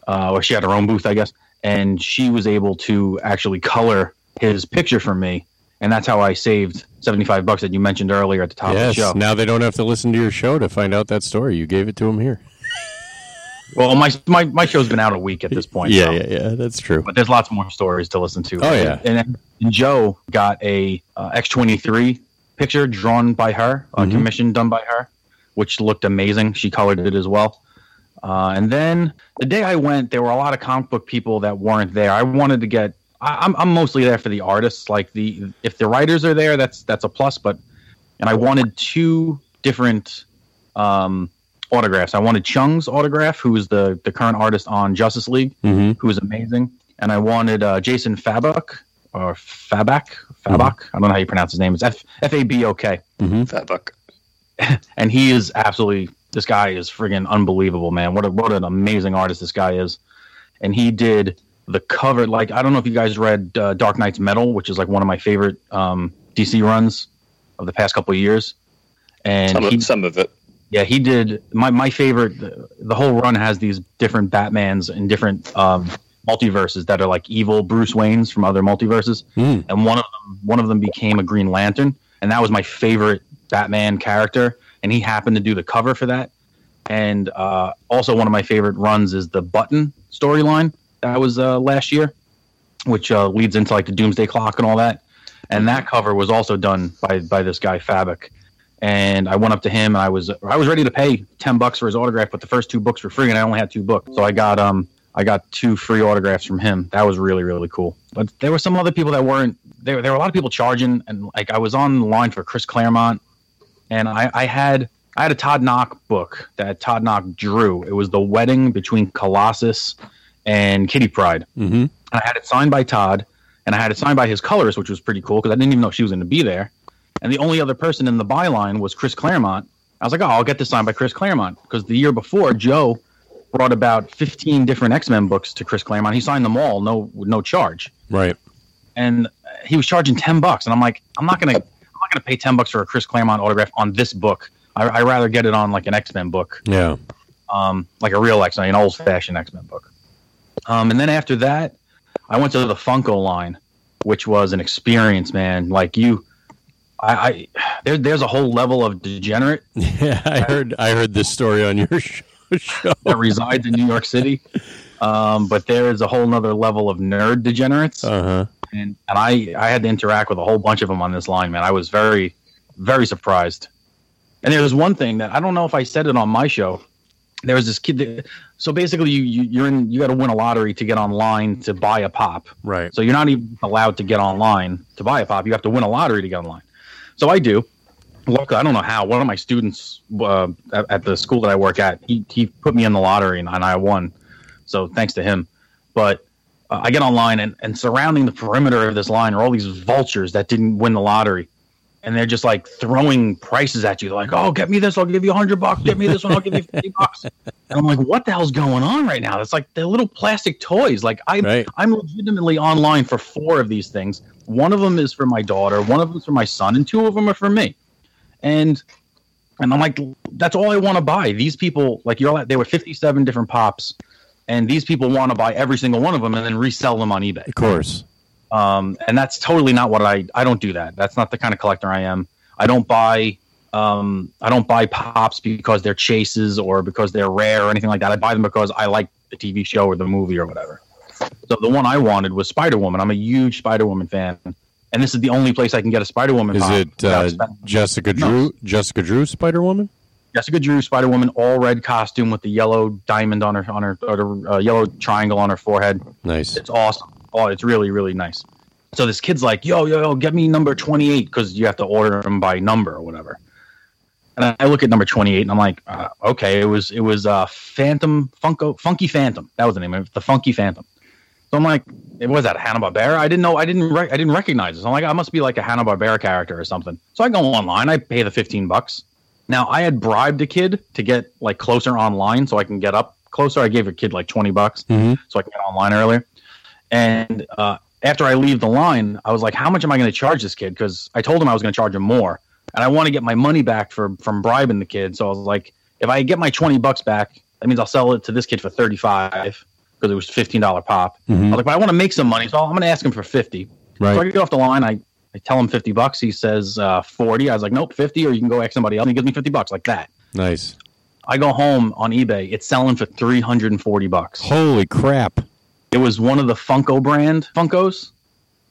uh, or she had her own booth, I guess, and she was able to actually color his picture for me, and that's how I saved seventy-five bucks that you mentioned earlier at the top of yes. the show. Now they don't have to listen to your show to find out that story. You gave it to them here. Well, my, my my show's been out a week at this point. so- yeah, yeah. That's true. but there's lots more stories to listen to. Oh, yeah. and, and Joe got a uh, X23 picture drawn by her, a Mhm. commission done by her, which looked amazing. She colored it as well. Uh, and then the day I went, there were a lot of comic book people that weren't there. I wanted to get. I, I'm I'm mostly there for the artists. Like the if the writers are there, that's that's a plus. But and I wanted two different um, autographs. I wanted Chung's autograph, who is the the current artist on Justice League hmm who was amazing. And I wanted uh, Jason Fabok or Fabak, Fabok. Mm-hmm. I don't know how you pronounce his name. It's F F A B O K. Fat buck. And he is absolutely this guy is friggin' unbelievable, man. What a, what an amazing artist this guy is. And he did the cover. Like I don't know if you guys read uh, Dark Knight's Metal, which is like one of my favorite um, DC runs of the past couple of years. And Some he- of, some of it. yeah, he did. My my favorite. The, the whole run has these different Batmans and different um, multiverses that are like evil Bruce Waynes from other multiverses, Mm. and one of them one of them became a Green Lantern, and that was my favorite Batman character, and he happened to do the cover for that. And uh, also one of my favorite runs is the Button storyline that was uh, last year, which uh, leads into like the Doomsday Clock and all that. And that cover was also done by by this guy Fabic and I went up to him and I was I was ready to pay ten bucks for his autograph, but the first two books were free and I only had two books, so I got um I got two free autographs from him. That was really really cool. But there were some other people that weren't. There there were a lot of people charging, and like I was on the line for Chris Claremont, and I I had I had a Todd Knock book that Todd Knock drew. It was the wedding between Colossus and Kitty Pride. Mhm. I had it signed by Todd, and I had it signed by his colorist, which was pretty cool because I didn't even know she was going to be there. And the only other person in the byline was Chris Claremont. I was like, oh, I'll get this signed by Chris Claremont because the year before, Joe brought about 15 different X Men books to Chris Claremont. He signed them all, no no charge, Right. and uh, he was charging 10 bucks. And I'm like, I'm not gonna I'm not gonna pay 10 bucks for a Chris Claremont autograph on this book. I I rather get it on like an X Men book Yeah. um, like a real X Men, an old fashioned X Men book. Um, and then after that, I went to the Funko line, which was an experience, man. Like you, I, I there, there's a whole level of degenerate Yeah. I heard. I heard this story on your show. show. that resides in New York City, um, but there is a whole nother level of nerd degenerates. Uh huh. and, and I, I had to interact with a whole bunch of them on this line, man. I was very, very surprised. And there was one thing that I don't know if I said it on my show. There was this kid. That, so basically, you, you you're in. You got to win a lottery to get online to buy a pop. Right. So you're not even allowed to get online to buy a pop. You have to win a lottery to get online. So I do. Luckily, I don't know how. One of my students uh, at, at the school that I work at, he, he put me in the lottery and, and I won. So thanks to him. But uh, I get online and, and surrounding the perimeter of this line are all these vultures that didn't win the lottery. And they're just like throwing prices at you. They're like, oh, get me this. I'll give you 100 bucks. Get me this one. I'll give you 50 bucks. And I'm like, what the hell's going on right now? It's like they're little plastic toys. Like I, Right. I'm legitimately online for four of these things. One of them is for my daughter. One of them is for my son, and two of them are for me. And and I'm like, that's all I want to buy. These people, like you're, all- there were 57 different pops, and these people want to buy every single one of them and then resell them on eBay. Of course. Um, and that's totally not what I. I don't do that. That's not the kind of collector I am. I don't buy. Um, I don't buy pops because they're chases or because they're rare or anything like that. I buy them because I like the TV show or the movie or whatever. So the one I wanted was Spider Woman. I'm a huge Spider Woman fan, and this is the only place I can get a Spider Woman. Is it uh, Jessica No. Drew? Jessica Drew Spider Woman? Jessica Drew, Spider Woman, all red costume with the yellow diamond on her on her or the uh, yellow triangle on her forehead. Nice. It's awesome. Oh, it's really really nice. So this kid's like, yo yo yo, get me number twenty eight because you have to order them by number or whatever. And I- I look at number twenty eight and I'm like, uh, okay, it was it was uh, Phantom Funko Funky Phantom. That was the name of it, the Funky Phantom. So I'm like, it was that Hanna Barbera. I didn't know. I didn't. Re- I didn't recognize this. I'm like, I must be like a Hanna Barbera character or something. So I go online. I pay the fifteen bucks. Now I had bribed a kid to get like closer online so I can get up closer. I gave a kid like twenty bucks Mhm. so I can get online earlier. And uh, after I leave the line, I was like, "How much am I going to charge this kid?" Because I told him I was going to charge him more, and I want to get my money back for from bribing the kid. So I was like, "If I get my twenty bucks back, that means I'll sell it to this kid for thirty five because it was fifteen dollar pop." I was like, "But I want to make some money, so I'm going to ask him for fifty. So I mm-hmm. Right. get off the line. I, I tell him 50 bucks. He says uh, 40. I was like, nope, 50, or you can go ask somebody else. And he gives me 50 bucks like that. Nice. I go home on eBay. It's selling for 340 bucks. Holy crap. It was one of the Funko brand Funkos.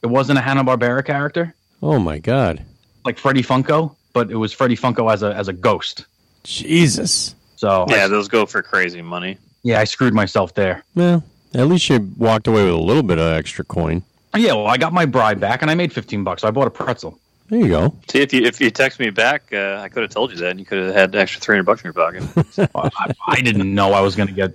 It wasn't a Hanna-Barbera character, Oh my God. like Freddy Funko, but it was Freddy Funko as a, as a ghost. Jesus. So I- Yeah, those go for crazy money. yeah, I screwed myself there. Well, at least you walked away with a little bit of extra coin. Yeah, well, I got my bribe back and I made 15 bucks. So I bought a pretzel. There you go. See, if you if you text me back, uh, I could have told you that, and you could have had an extra three hundred bucks in your pocket. I, I didn't know I was going to get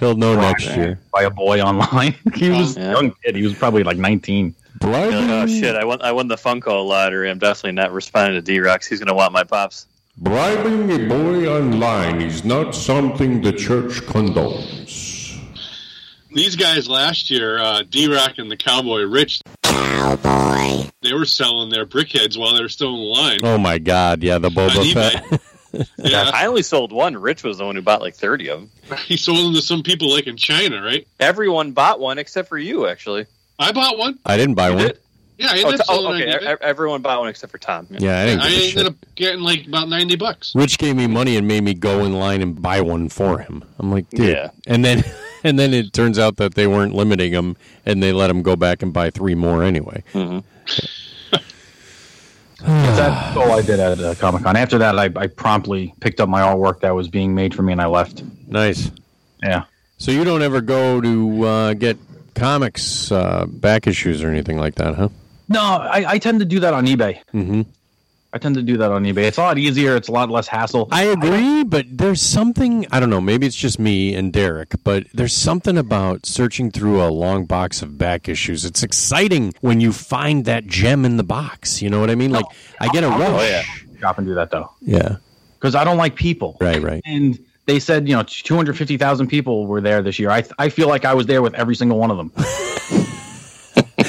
He'll know next year. by a boy online. he was Yeah. a young kid. He was probably like 19. You're like, oh shit! I won I won the Funko lottery. I'm definitely not responding to D Rocks. He's gonna want my pops. Bribing a boy online is not something the church condones. These guys last year, uh, D Rock and the Cowboy Rich, Cowboy. they were selling their brickheads while they were still in line. Oh my God. Yeah, the On Boba eBay. Fett. Yeah, I only sold one. Rich was the one who bought like thirty of them. he sold them to some people like in China, right? Everyone bought one except for you, actually. I bought one. I didn't buy one. did? Yeah, I Oh, ended t- up oh, selling okay. it. e- e- Everyone bought one except for Tom. Yeah, I didn't I give a ended shit. up getting like about ninety bucks. Rich gave me money and made me go in line and buy one for him. I'm like, dude. Yeah. And then and then it turns out that they weren't limiting him and they let him go back and buy three more anyway. That's all I did at uh, Comic Con. After that, I, I promptly picked up my artwork that was being made for me and I left. Nice. Yeah. So you don't ever go to uh, get comics uh, back issues or anything like that, huh? No, I, I tend to do that on eBay. Mm-hmm. I tend to do that on eBay. It's a lot easier. It's a lot less hassle. I agree, but there's something I don't know. Maybe it's just me and Derek, but there's something about searching through a long box of back issues. It's exciting when you find that gem in the box. You know what I mean? Like I get a rush. Shop and do that though, yeah. because I don't like people. Right. Right. And they said, you know, two hundred fifty thousand people were there this year. I I feel like I was there with every single one of them.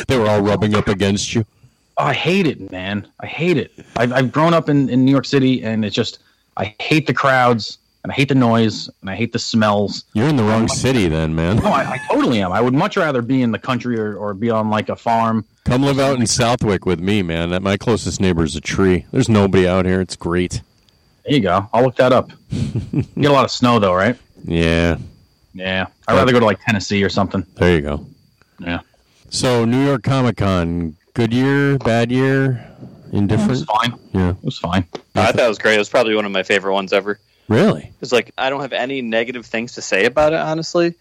They were all rubbing up against you. I hate it, man. I hate it. I've, I've grown up in, in New York City, and it's just I hate the crowds, and I hate the noise, and I hate the smells. You're in the wrong city, then, man. No, I, I totally am. I would much rather be in the country or, or be on like a farm. Come live out in Southwick with me, man. That my closest neighbor is a tree. There's nobody out here. It's great. There you go. I'll look that up. Get a lot of snow though, right? Yeah. Yeah. I'd rather go to like Tennessee or something. There you go. Yeah. So New York Comic Con, good year, bad year, It was indifferent. fine. Yeah. It was fine. I thought it was great. It was probably one of my favorite ones ever. Really? It's like I don't have any negative things to say about it, honestly.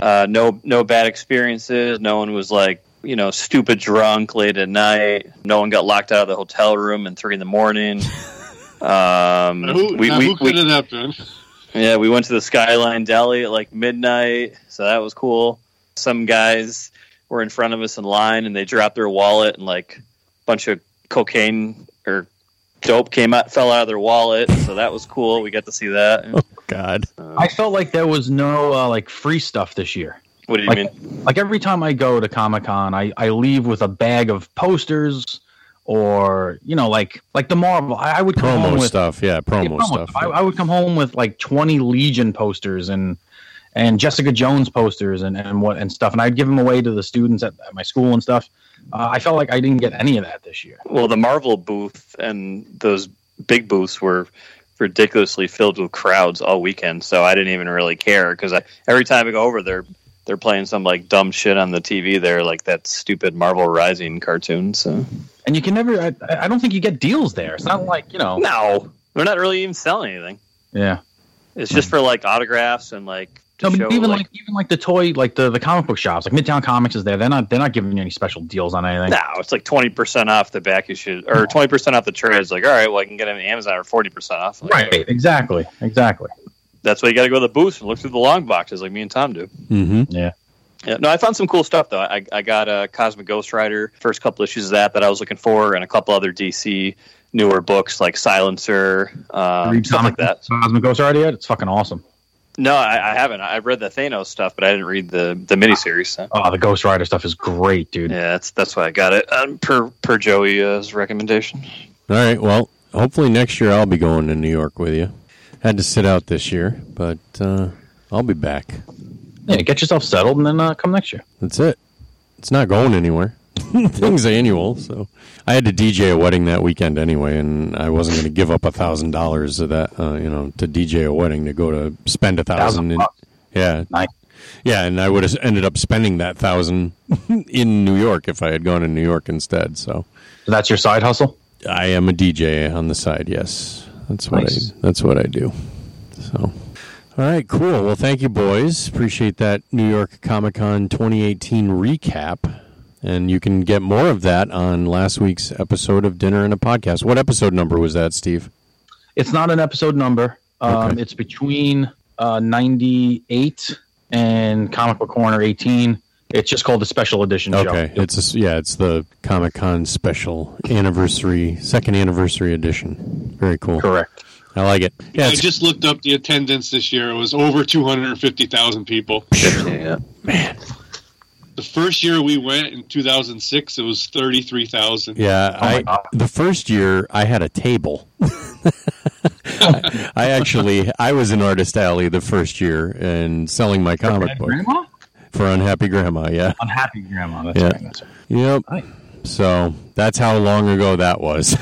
Uh, no, no bad experiences. No one was like you know stupid drunk late at night. No one got locked out of the hotel room at three in the morning. Um, Who, we, now we, who we- could it have been? yeah, we went to the Skyline Deli at like midnight, so that was cool. Some guys were in front of us in line, and they dropped their wallet, and like a bunch of cocaine or dope came out, fell out of their wallet, so that was cool. We got to see that. Oh, God. I felt like there was no uh, like free stuff this year. What do you Like- mean? like every time I go to Comic Con, I, I leave with a bag of posters or you know like like the Marvel. I, I would come home Promo with stuff. Yeah, yeah, promo promo stuff. I, I would come home with like twenty Legion posters and and Jessica Jones posters and, and what and stuff, and I'd give them away to the students at, at my school and stuff. Uh, I felt like I didn't get any of that this year. Well, the Marvel booth and those big booths were ridiculously filled with crowds all weekend, so I didn't even really care because every time I go over there, they're playing some like dumb shit on the TV there, like that stupid Marvel Rising cartoon. So And you can never. I, I don't think you get deals there. It's not like you know. no, they're not really even selling anything. Yeah. It's just for like autographs and like to No, show, but even like, like, even like the toy like the, the comic book shops like Midtown Comics is there. They're not they're not giving you any special deals on anything. no, it's like twenty percent off the back issue or twenty percent off the trades. Like, all right, well, I can get it on Amazon or forty percent off. Like, Right. Exactly. Exactly. That's why you got to go to the booth and look through the long boxes, like me and Tom do. mm-hmm. Yeah, no, I found some cool stuff though. I, I got a Cosmic Ghost Rider, first couple issues of that that I was looking for, and a couple other DC newer books like Silencer, um, Read stuff like Sonic that. Cosmic Ghost already yet? It's fucking awesome. No, I, I haven't. I read the Thanos stuff, but I didn't read the the miniseries. So. Oh, the Ghost Rider stuff is great, dude. Yeah, that's that's why I got it um, per per Joey's recommendation. All right. Well, hopefully next year I'll be going to New York with you. Had to sit out this year, but uh, I'll be back. Yeah, get yourself settled and then uh, come next year. That's it. It's not going anywhere. Things annual, so I had to DJ a wedding that weekend anyway, and I wasn't going to give up a thousand dollars of that, uh, you know, to DJ a wedding to go to spend a thousand. in- bucks. Yeah, Nice. yeah, and I would have ended up spending that thousand in New York if I had gone to New York instead. So So that's your side hustle. I am a DJ on the side. Yes, that's what Nice. I that's what I do. So, all right, cool. Well, thank you, boys. Appreciate that New York Comic Con 2018 recap. And you can get more of that on last week's episode of Dinner and a Podcast. What episode number was that, Steve? It's not an episode number. Um, Okay. It's between uh, 98 and Comic Book Corner 18. It's just called the special edition. Joe. Okay, it's a s yeah, it's the Comic Con special anniversary, second anniversary edition. Very cool. Correct. I like it. Yeah, I it's just looked up the attendance this year. It was over 250,000 people. Yeah, The first year we went in 2006, it was 33,000. Yeah, Oh my I God. the first year I had a table. I, I actually I was in Artist Alley the first year and selling my comic book Grandma? for Unhappy Grandma. Yeah, Unhappy grandma. That's Yeah. right. That's right. yep. Nice. So that's how long ago that was.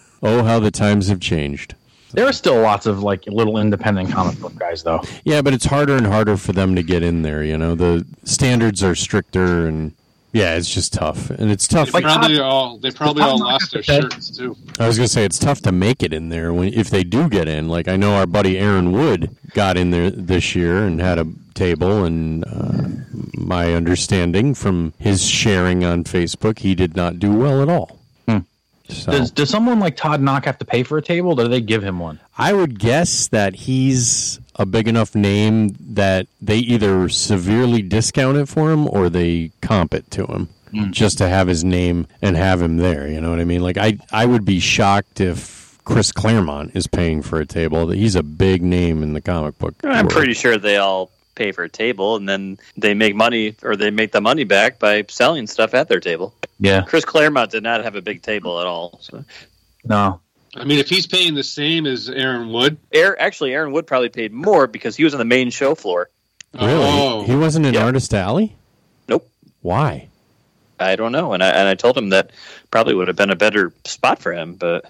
oh, how the times have changed. There are still lots of like little independent comic book guys though. Yeah, but it's harder and harder for them to get in there. You know, the standards are stricter, and Yeah, it's just tough, and it's tough. They probably all they probably all lost their shirts too. I was gonna say it's tough to make it in there when if they do get in. Like I know our buddy Aaron Wood got in there this year and had a table, and uh, my understanding from his sharing on Facebook, he did not do well at all. So Does does someone like Todd Knock have to pay for a table? Or do they give him one? I would guess that he's a big enough name that they either severely discount it for him or they comp it to him just to have his name and have him there. You know what I mean? Like I, I would be shocked if Chris Claremont is paying for a table. He's a big name in the comic book. I'm world. pretty sure they all pay for a table, and then they make money or they make the money back by selling stuff at their table. Yeah. Chris Claremont did not have a big table at all. So. No. I mean, if he's paying the same as Aaron Wood, Air, actually, Aaron Wood probably paid more because he was on the main show floor. really. oh, He wasn't in Yeah. Artist Alley. Nope. Why? I don't know, and I and I told him that probably would have been a better spot for him, but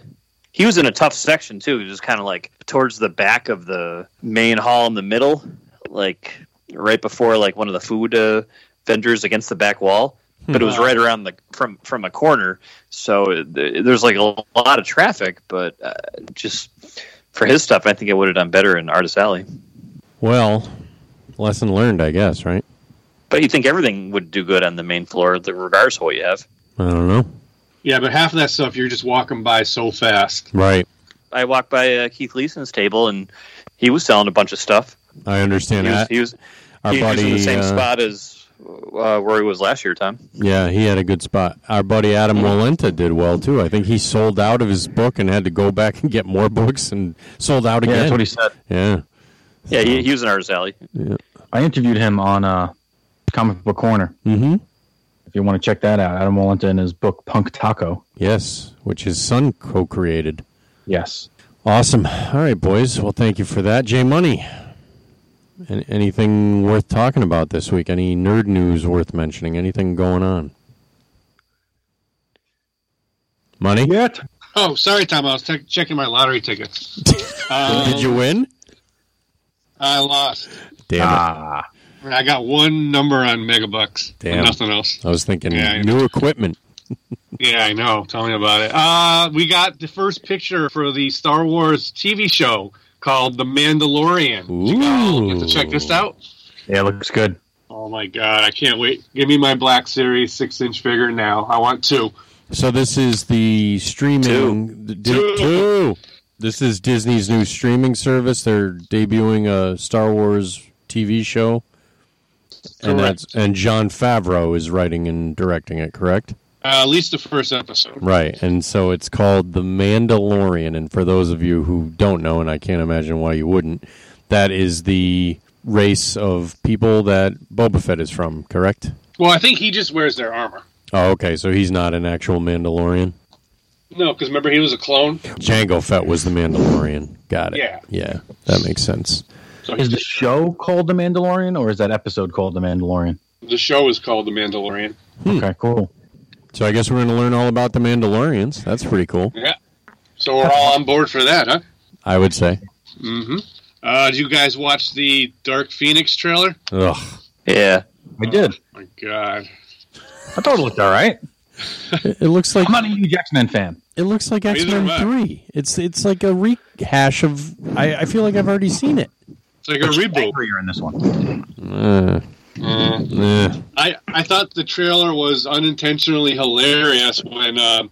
he was in a tough section too. He was kind of like towards the back of the main hall in the middle, like right before like one of the food uh, vendors against the back wall. But it was right around the from from a corner, so it, there's like a lot of traffic. But uh, just for his stuff, I think it would have done better in Artist Alley. Well, lesson learned, I guess. Right? But you think everything would do good on the main floor, the- regardless of what you have. I don't know. yeah, but half of that stuff you're just walking by so fast. Right. I walked by uh, Keith Leeson's table, and he was selling a bunch of stuff. I understand He was, that. he was, Our he was in buddy, the same uh, spot as uh, where he was last year, Tom. Yeah, he had a good spot. Our buddy Adam Walenta did well too. I think he sold out of his book and had to go back and get more books and sold out Yeah, again. that's what he said. yeah. Yeah, he, he was in Artist Alley. I interviewed him on uh, Comic Book Corner. Mm-hmm. If you want to check that out, Adam Walenta in his book Punk Taco. Yes, which his son co-created. Yes. Awesome. All right, boys. Well, thank you for that, Jay Money. An anything worth talking about this week? Any nerd news worth mentioning? Anything going on? Money? Yet? Oh, sorry, Tom. I was te- checking my lottery tickets. Um, Did you win? I lost. Damn it. Ah. I got one number on megabucks. Damn. and Nothing else. I was thinking Yeah, I new equipment. Yeah, I know. Tell me about it. Uh, we got the first picture for the Star Wars TV show called The Mandalorian. You all get to check this out. Yeah, it looks good. Oh my god, I can't wait! Give me my Black Series six inch figure now. I want two. So this is the streaming. the Di- Two. two. This is Disney's new streaming service. They're debuting a Star Wars TV show, and that's and John Favreau is writing and directing it. Correct. Uh, at least the first episode. Right, and so it's called The Mandalorian. And for those of you who don't know, and I can't imagine why you wouldn't, that is the race of people that Boba Fett is from. Correct. Well, I think he just wears their armor. Oh, okay. So he's not an actual Mandalorian. No, because remember he was a clone. Jango Fett was the Mandalorian. Got it. Yeah. Yeah. That makes sense. So Is he's the just, show called The Mandalorian or is that episode called The Mandalorian? the show is called The Mandalorian. Hmm. Okay, cool. So I guess we're going to learn all about the Mandalorians. That's pretty cool. Yeah. So we're all on board for that, huh? I would say. Mm-hmm. Uh, did you guys watch the Dark Phoenix trailer? Ugh. Yeah, I did. My God. I thought it looked all right. It it looks like I'm not a Hugh Jackman fan. it looks like X Neither am Men I. Three. It's it's like a rehash of. I, I feel like I've already seen it. It's like a reboot. Angrier in this one. Uh, Mm. eh. I, I thought the trailer was unintentionally hilarious when um,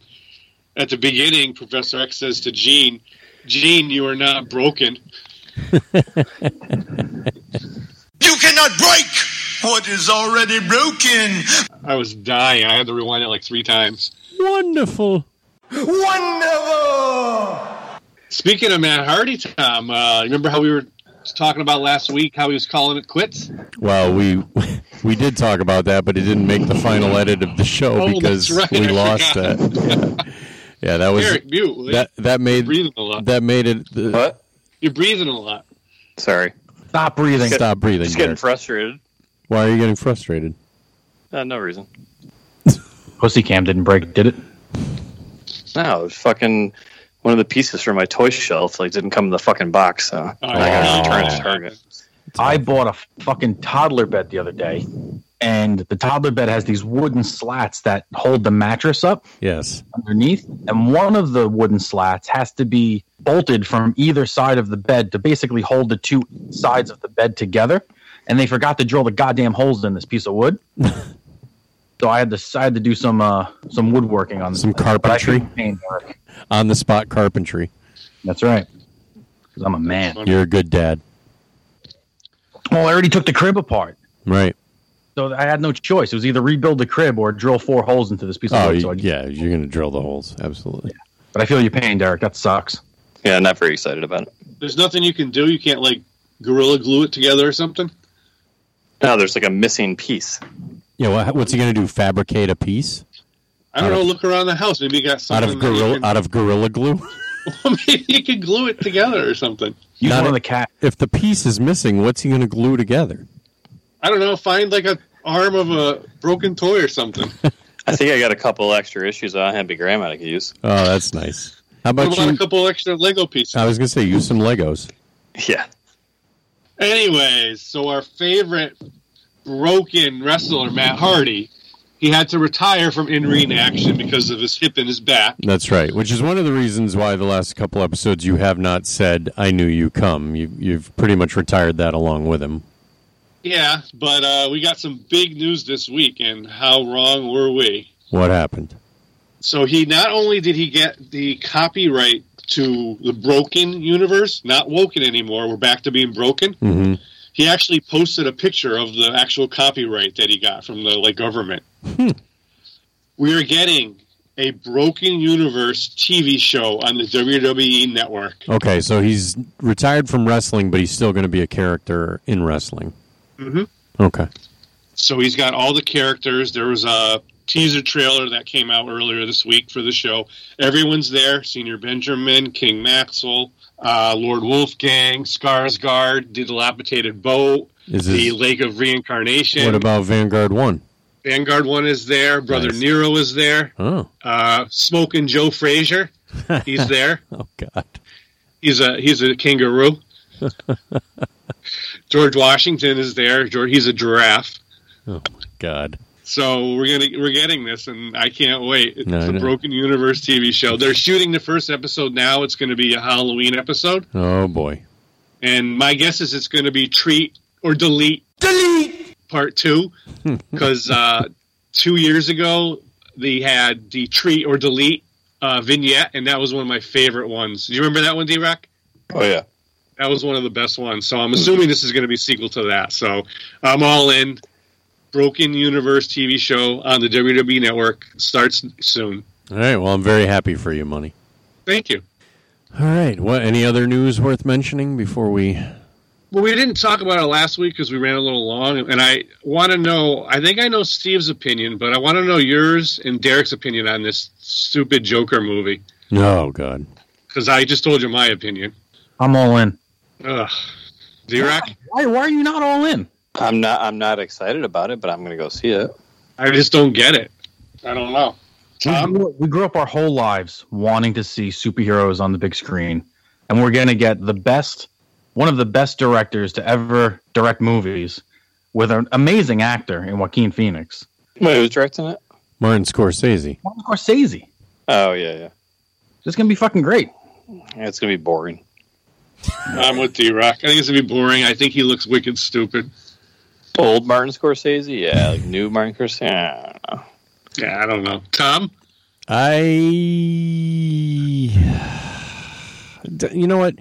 at the beginning Professor X says to Gene, Gene, you are not broken. You cannot break what is already broken. I was dying. I had to rewind it like three times. Wonderful. Wonderful. Speaking of Matt Hardy, Tom, uh, remember how we were talking about last week how he was calling it quits? Well, we we did talk about that, but it didn't make the final edit of the show Oh, that's because right, we I lost forgot. that. Yeah. yeah, that was Eric, mute. that that you're made breathing a lot. that made it uh, the, what? You're breathing a lot. Sorry, Stop breathing. Stop breathing. just getting Derek. frustrated. Why are you getting frustrated? Uh, no reason. Pussy cam didn't break, did it? No, it was fucking one of the pieces from my toy shelf like didn't come in the fucking box, so I Oh. got to return to Target. I bought a fucking toddler bed the other day, and the toddler bed has these wooden slats that hold the mattress up Yes. underneath, and one of the wooden slats has to be bolted from either side of the bed to basically hold the two sides of the bed together. And they forgot to drill the goddamn holes in this piece of wood. so I had to I had to do some uh, some woodworking on this Some thing, but I carpentry? couldn't paint work. On the spot carpentry. That's right, because I'm a man. You're a good dad. Well, I already took the crib apart, Right. so I had no choice. It was either rebuild the crib or drill four holes into this piece of Oh, wood. you- so I just- yeah. You're going to drill the holes. Absolutely. But I feel your pain, Derek. That sucks. Yeah, not very excited about it. There's nothing you can do. You can't like gorilla glue it together or something. No, there's like a missing piece. Yeah. wha- what's he going to do? Fabricate a piece I don't Out know. of- look around the house. Maybe you got out something. of that you gorilla can- out of gorilla glue? maybe you can glue it together or something. Use Not one of it- the cat. If the piece is missing, what's he going to glue together? I don't know. Find like a arm of a broken toy or something. I think I got a couple extra issues I had my grandma I could use. Oh, that's nice. How What about about a you? couple extra Lego pieces? I was going to say use some Legos. Yeah. Anyways, so our favorite broken wrestler, Matt Hardy, he had to retire from in ring action because of his hip and his back. That's right. Which is one of the reasons why the last couple episodes you have not said "I knew you come." You, you've pretty much retired that along with him. Yeah, but uh, we got some big news this week, and how wrong were we? What happened? So he not only did he get the copyright to the Broken universe, not Woken anymore, we're back to being Broken. hmm He actually posted a picture of the actual copyright that he got from the like government. we are getting a Broken Universe TV show on the WWE network. Okay, so he's retired from wrestling, but he's still going to be a character in wrestling. Mhm. Okay. So he's got all the characters. There was a teaser trailer that came out earlier this week for the show. Everyone's there: Senior Benjamin, King Maxwell, uh, Lord Wolfgang, Skarsgård, the dilapidated boat, Is the this, Lake of Reincarnation. what about Vanguard One? Vanguard One is there. Brother Nice. Nero is there. Oh, Uh, Smoking Joe Frazier, he's there. oh God! He's a he's a kangaroo. George Washington is there. George, he's a giraffe. Oh, God. So we're gonna we're getting this, and I can't wait. It's No, a no. Broken Universe TV show. They're shooting the first episode now. It's going to be a Halloween episode, Oh boy. and my guess is it's going to be treat or delete Delete! part two because uh, two years ago they had the treat or delete uh, vignette, and that was one of my favorite ones. Do you remember that one, D Rock? Oh yeah. That was one of the best ones. So I'm assuming this is going to be sequel to that. So I'm all in. Broken Universe TV show on the WWE Network starts soon. All right. Well, I'm very happy for you, money. Thank you. All right. What? Any other news worth mentioning before we? Well, we didn't talk about it last week because we ran a little long, and I want to know. I think I know Steve's opinion, but I want to know yours and Derek's opinion on this stupid Joker movie Oh God. because I just told you my opinion. I'm all in. Ugh. D-Rock, Why, why are you not all in? I'm not I'm not excited about it, but I'm gonna go see it. I just don't get it. I don't know. we, grew, Um, we grew up our whole lives wanting to see superheroes on the big screen, and we're going to get the best, one of the best directors to ever direct movies with an amazing actor in Joaquin Phoenix. Wait, who's directing it? Martin Scorsese. Martin Scorsese. Oh yeah, yeah. This is going to be fucking great. Yeah, It's gonna be boring. I'm with D-Rock. I think it's gonna be boring. I think he looks wicked stupid. Old Martin Scorsese, yeah. Like new Martin Scorsese. Yeah, I don't know. Yeah, I don't know. Tom, I. D- You know what?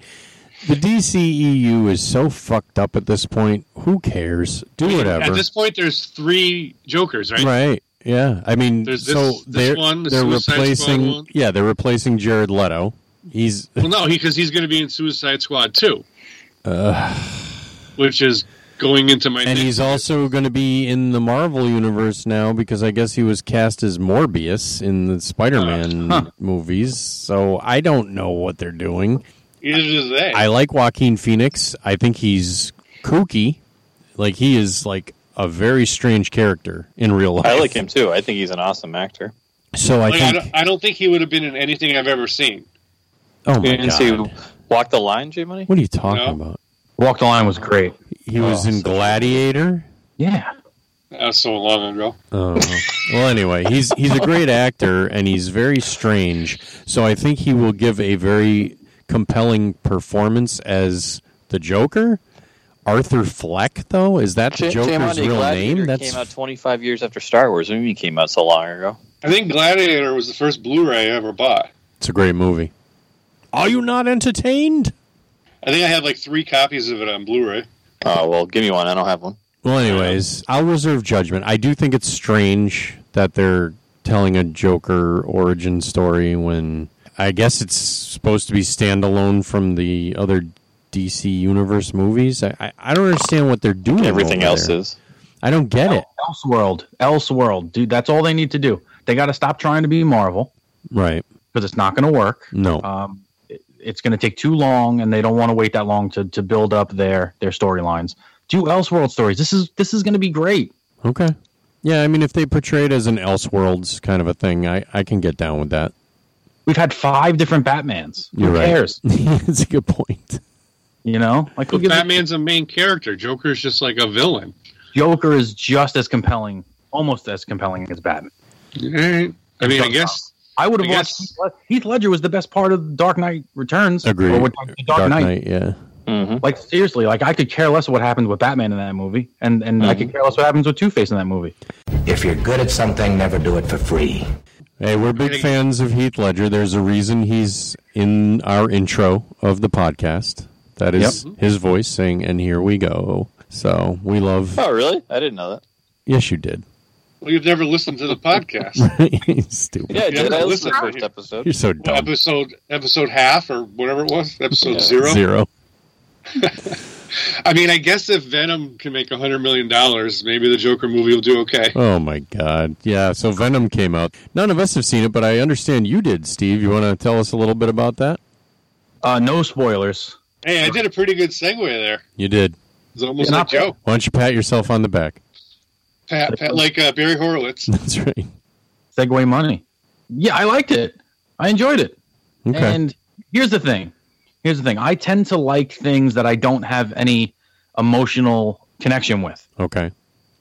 The DCEU is so fucked up at this point. Who cares? Do At whatever. this point, there's three Jokers, right? Right. Yeah. I mean, There's this- so this they're one, the they're Suicide Squad replacing. one. Yeah, they're replacing Jared Leto. He's Well, no, because he's going to be in Suicide Squad too, which is going into my. and next- he's also going to be in the Marvel universe now because I guess he was cast as Morbius in the Spider-Man movies. So I don't know what they're doing. Either does they. I like Joaquin Phoenix. I think he's kooky. Like he is like a very strange character in real life. I like him too. I think he's an awesome actor. So I Like, I, think. don't, I don't think he would have been in anything I've ever seen. Oh You my didn't see god! Walk the Line, J Money? What are you talking No. about? Walk the Line was great. He was Oh, in so- Gladiator. Yeah. That was so long ago. Oh. well, anyway, he's he's a great actor and he's very strange. So I think he will give a very compelling performance as the Joker. Arthur Fleck, though, is that the J- Joker's Gladiator real name? came out 25 years after Star Wars. I mean, he came out so long ago. I think Gladiator was the first Blu-ray I ever bought. It's a great movie. Are you not entertained? I think I had like three copies of it on Blu-ray. Oh well, give me one. I don't have one. Well, anyways, I'll reserve judgment. I do think it's strange that they're telling a Joker origin story when I guess it's supposed to be standalone from the other DC Universe movies. I, I, I don't understand what they're doing. Everything over else there. is. I don't get it. Elseworld, Elseworld, dude. That's all they need to do. They got to stop trying to be Marvel Right. because it's not going to work. No. Uh, Um, it- it's going to take too long, and they don't want to wait that long to, to build up their their storylines. Do Elseworld stories. This is this is going to be great. okay. Yeah, I mean, if they portray it as an Elseworlds kind of a thing, I, I can get down with that. We've had five different Batmans. Who You're right. cares? It's a good point. You know, like who But gives a- Batman's a main character. Joker's just like a villain. Joker is just as compelling, almost as compelling as Batman. Alright. I mean, I guess I would have I watched guess- Heath Ledger was the best part of Dark Knight Returns. Agreed. Or what- Dark, Knight. yeah. hmm Like seriously, like I could care less what happens with Batman in that movie, and and I Mm-hmm. could care less what happens with Two Face in that movie. If you're good at something, never do it for free. Hey, we're big Hey. fans of Heath Ledger. There's a reason he's in our intro of the podcast. That is his voice saying, and here we go. So we love. Oh really? I didn't know that. Yes, you did. well, you've never listened to the podcast. Stupid. Yeah, I Yeah, did. I listened to the listen. first episode. You're so Well, dumb. episode episode half or whatever it was, episode zero. Zero. I mean, I guess if Venom can make a hundred million dollars, maybe the Joker movie will do okay. Oh, my God. Yeah, so Venom came out. None of us have seen it, but I understand you did, Steve. You want to tell us a little bit about that? Uh, no spoilers. Hey, I did a pretty good segue there. You did. It's almost Yeah. like Joe, Why don't you pat yourself on the back? Pat, Pat, like uh, Barry Horowitz. That's right. Segway money. Yeah, I liked it. I enjoyed it. Okay. And here's the thing. Here's the thing. I tend to like things that I don't have any emotional connection with. okay.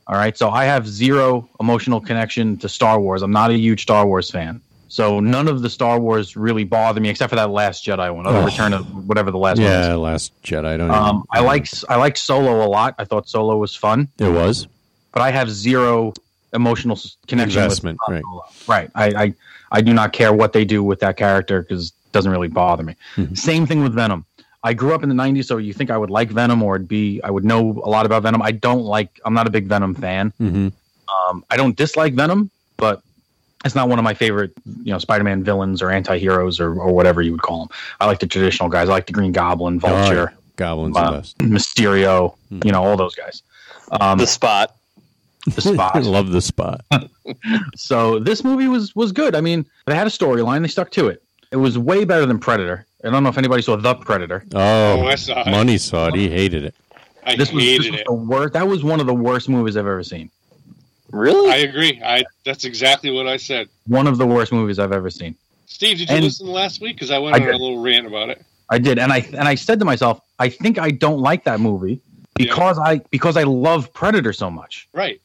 All right. So I have zero emotional connection to Star Wars. I'm not a huge Star Wars fan. So none of the Star Wars really bother me except for that last Jedi one or the Oh. return of whatever the last Yeah, one Last Jedi. I don't is. Um, I like I liked Solo a lot. I thought Solo was fun, it. was. but I have zero emotional s- connection Investment, with right. Solo. Right. I, I I do not care what they do with that character because it doesn't really bother me. Mhm. Same thing with Venom. I grew up in the '90s, so you think I would like Venom or it'd be I would know a lot about Venom. I don't like. I'm not a big Venom fan. Mm-hmm. Um, I don't dislike Venom, but it's not one of my favorite, you know, Spider-Man villains or anti-heroes or, or whatever you would call them. I like the traditional guys. I like the Green Goblin, Vulture, Goblin's Wow. the best. Mysterio, Hmm. you know, all those guys. Um, The spot. the I spot. love the spot. Oh, so this movie was was good. I mean, they had a storyline. They stuck to it. It was way better than Predator. I don't know if anybody saw The Predator. Oh, Oh, I saw it. Money saw it. He hated it. I This was, this hated was it. the worst. That was one of the worst movies I've ever seen. Really? I agree. I that's exactly what I said. One of the worst movies I've ever seen. Steve, did you And- listen last week? Because I went I on a did. little rant about it. I did, and I and I said to myself, I think I don't like that movie because I because I love Predator so much. Right.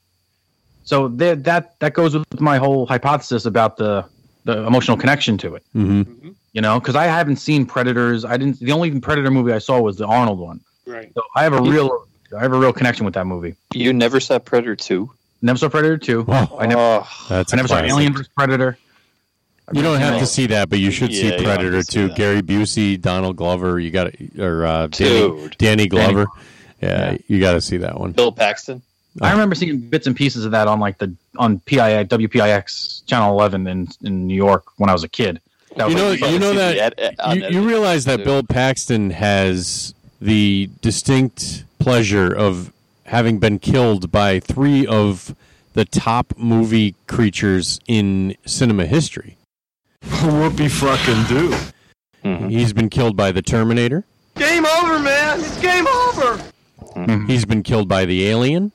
So there, that that goes with my whole hypothesis about the the emotional connection to it. hmm You know, because I haven't seen Predators. I didn't. The only Predator movie I saw was the Arnold one. Right. So I have a real I have a real connection with that movie. You never saw Predator two. Never saw Predator two. Oh, I never That's I never saw classic. Alien vs Predator. You don't have to see that, but you should Yeah, see you Predator have to see too. that. Gary Busey, Donald Glover. You got to or uh, Danny, Dude. Danny Glover. Yeah, you got to see that one. Bill Paxton. Oh. I remember seeing bits and pieces of that on like the on PI WPIX Channel Eleven in in New York when I was a kid. That was You like- know, probably you know see that the ed- ed- on you, it. you realize that too. Bill Paxton has the distinct pleasure of having been killed by three of the top movie creatures in cinema history. Whoopie fucking do. Mm-hmm. He's been killed by the Terminator. Game over, man. It's game over. He's been killed by the alien,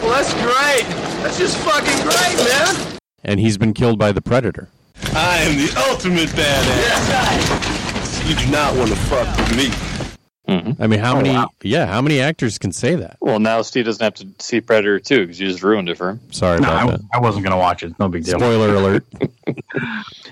Well, that's great. That's just fucking great, man. and he's been killed by the predator. I am the ultimate badass. You do not want to fuck with me. Mm-hmm. I mean, how many? Yeah, how many actors can say that? Well, now Steve doesn't have to see Predator 2 because you just ruined it for him. Sorry No, about I, that. I wasn't gonna watch it. No big deal. Spoiler alert.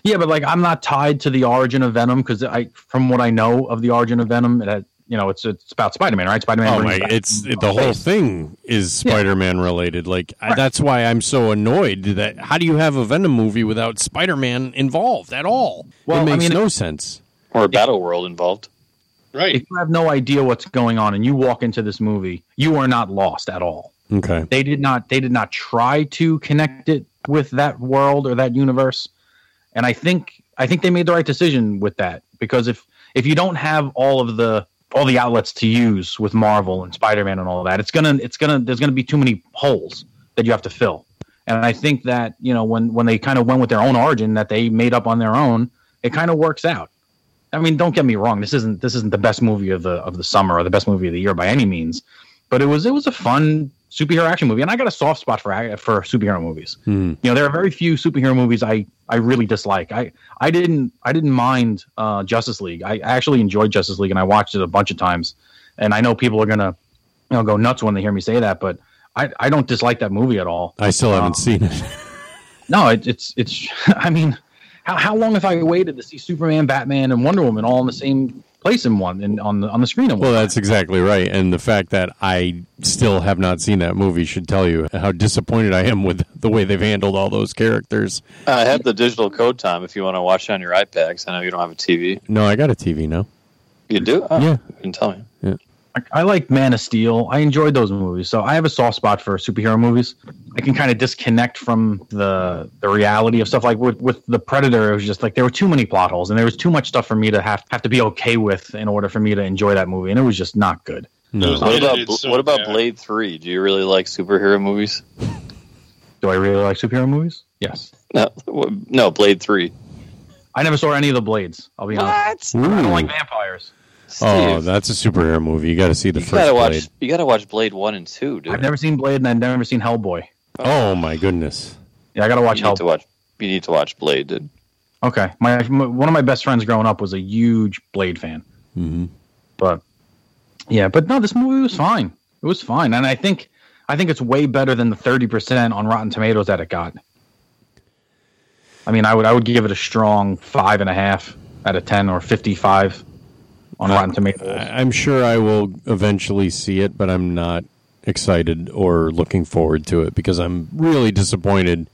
Yeah, but like I'm not tied to the origin of Venom because I, from what I know of the origin of Venom, it had, you know, it's it's about Spider-Man, right? Spider-Man. Oh brings my! back It's Venom the from whole space. thing is Spider-Man related. Like I, that's why I'm so annoyed that how do you have a Venom movie without Spider-Man involved at all? Well, it I makes mean- no sense. Or Battle World involved. Right. If you have no idea what's going on and you walk into this movie, you are not lost at all. Okay. They did not. They did not try to connect it with that world or that universe, and I think I think they made the right decision with that because if if you don't have all of the all the outlets to use with Marvel and Spider-Man and all that, it's gonna it's gonna there's gonna be too many holes that you have to fill. And I think that you know when when they kind of went with their own origin that they made up on their own, it kind of works out. I mean, don't get me wrong. This isn't this isn't the best movie of the of the summer or the best movie of the year by any means, but it was it was a fun superhero action movie, and I got a soft spot for ac- for superhero movies. You know, there are very few superhero movies I I really dislike. I I didn't I didn't mind uh, Justice League. I actually enjoyed Justice League, and I watched it a bunch of times. And I know people are gonna you know go nuts when they hear me say that, but I I don't dislike that movie at all. I still haven't seen it. No, it, it's it's. I mean, how, how long have I waited to see Superman, Batman, and Wonder Woman all in the same place in one and on the on the screen? In one? Well, that's exactly right. And the fact that I still have not seen that movie should tell you how disappointed I am with the way they've handled all those characters. I have the digital code time if you want to watch it on your iPad 'cause I know you don't have a TV. No, I got a TV now. You do? Oh, Yeah. You can tell me. I, I like Man of Steel. I enjoyed those movies, so I have a soft spot for superhero movies. I can kind of disconnect from the the reality of stuff. Like with with the Predator, it was just like there were too many plot holes, and there was too much stuff for me to have have to be okay with in order for me to enjoy that movie, and it was just not good. No. What about, what about Blade 3? Do you really like superhero movies? Do I really like superhero movies? Yes. No, no Blade 3. I never saw any of the Blades. I'll be honest. I don't like vampires. Oh, Steve, that's a superhero movie. You got to see the you first gotta watch. Blade. You gotta watch Blade One and Two, dude. I've never seen Blade, and I've never seen Hellboy. Oh my goodness. Yeah, I gotta watch you need Hellboy. to watch. You need to watch Blade, dude. Okay, my, my one of my best friends growing up was a huge Blade fan, Mm-hmm. but yeah, but no, this movie was fine. It was fine, and I think I think it's way better than the thirty percent on Rotten Tomatoes that it got. I mean, I would I would give it a strong five and a half out of ten, or fifty five on Rotten Tomatoes. I- I'm sure I will eventually see it, but I'm not excited or looking forward to it because I'm really disappointed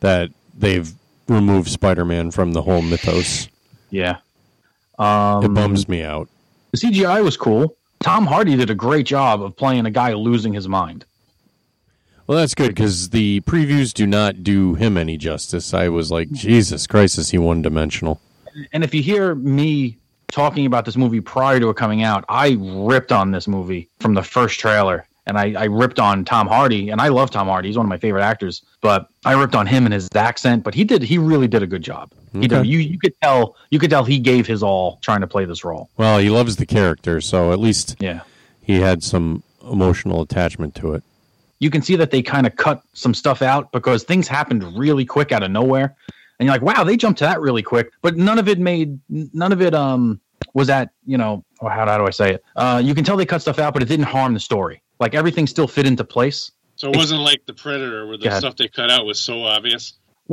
that they've removed Spider-Man from the whole mythos. Yeah, it bums me out. the CGI was cool. Tom Hardy did a great job of playing a guy losing his mind. Well, that's good because the previews do not do him any justice. I was like, Jesus Christ, is he one-dimensional? and if you hear me talking about this movie prior to it coming out, I ripped on this movie from the first trailer. And I, I ripped on Tom Hardy, and I love Tom Hardy. He's one of my favorite actors. But I ripped on him and his accent. But he did he really did a good job. He did, Okay. you you could tell you could tell he gave his all trying to play this role. Well, he loves the character, so at least Yeah. he had some emotional attachment to it. you can see that they kind of cut some stuff out because things happened really quick out of nowhere and you're like wow they jumped to that really quick but none of it made none of it um was that you know oh, how, how do i say it uh you can tell they cut stuff out but it didn't harm the story like everything still fit into place So it wasn't like the Predator, where the Yeah. stuff they cut out was so obvious.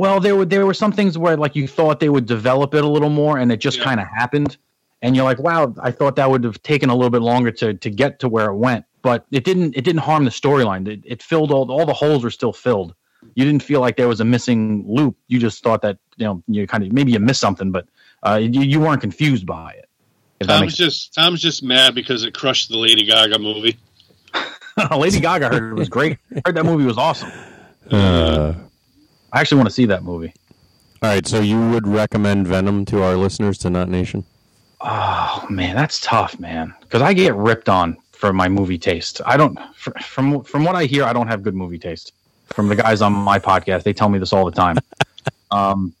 well there were there were some things where like you thought they would develop it a little more and it just Yeah. kind of happened and you're like wow i thought that would have taken a little bit longer to to get to where it went but it didn't it didn't harm the storyline it, it filled all all the holes were still filled you didn't feel like there was a missing loop you just thought that you know you kind of maybe you missed something but uh, you, you weren't confused by it if that Tom's makes just Tom's just mad because it crushed the Lady Gaga movie. lady gaga heard it was great heard that movie was awesome Uh, i actually want to see that movie all right, so you would recommend Venom to our listeners to Not Nation? Oh man, that's tough, man. Because I get ripped on for my movie taste. I don't fr- from from what I hear, I don't have good movie taste. From the guys on my podcast, they tell me this all the time. um,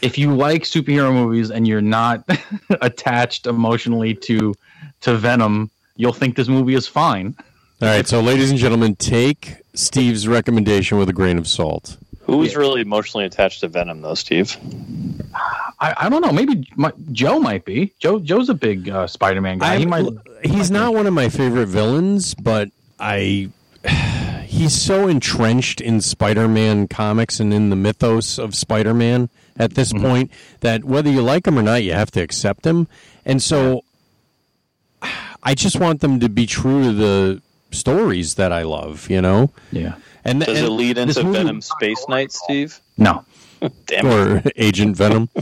if you like superhero movies and you're not attached emotionally to to Venom, you'll think this movie is fine. All right, so ladies and gentlemen, take Steve's recommendation with a grain of salt. Who was really emotionally attached to Venom, though, Steve? I, I don't know. Maybe my, Joe might be. Joe Joe's a big uh, Spider-Man guy. he I'm- might. he's not one of my favorite villains, but I he's so entrenched in Spider-Man comics and in the mythos of Spider-Man at this point that whether you like him or not, you have to accept him. And so I just want them to be true to the stories that I love, you know. Yeah. And, Does and it lead into this movie- Venom Space Night, Steve? No, Damn it. or Agent Venom.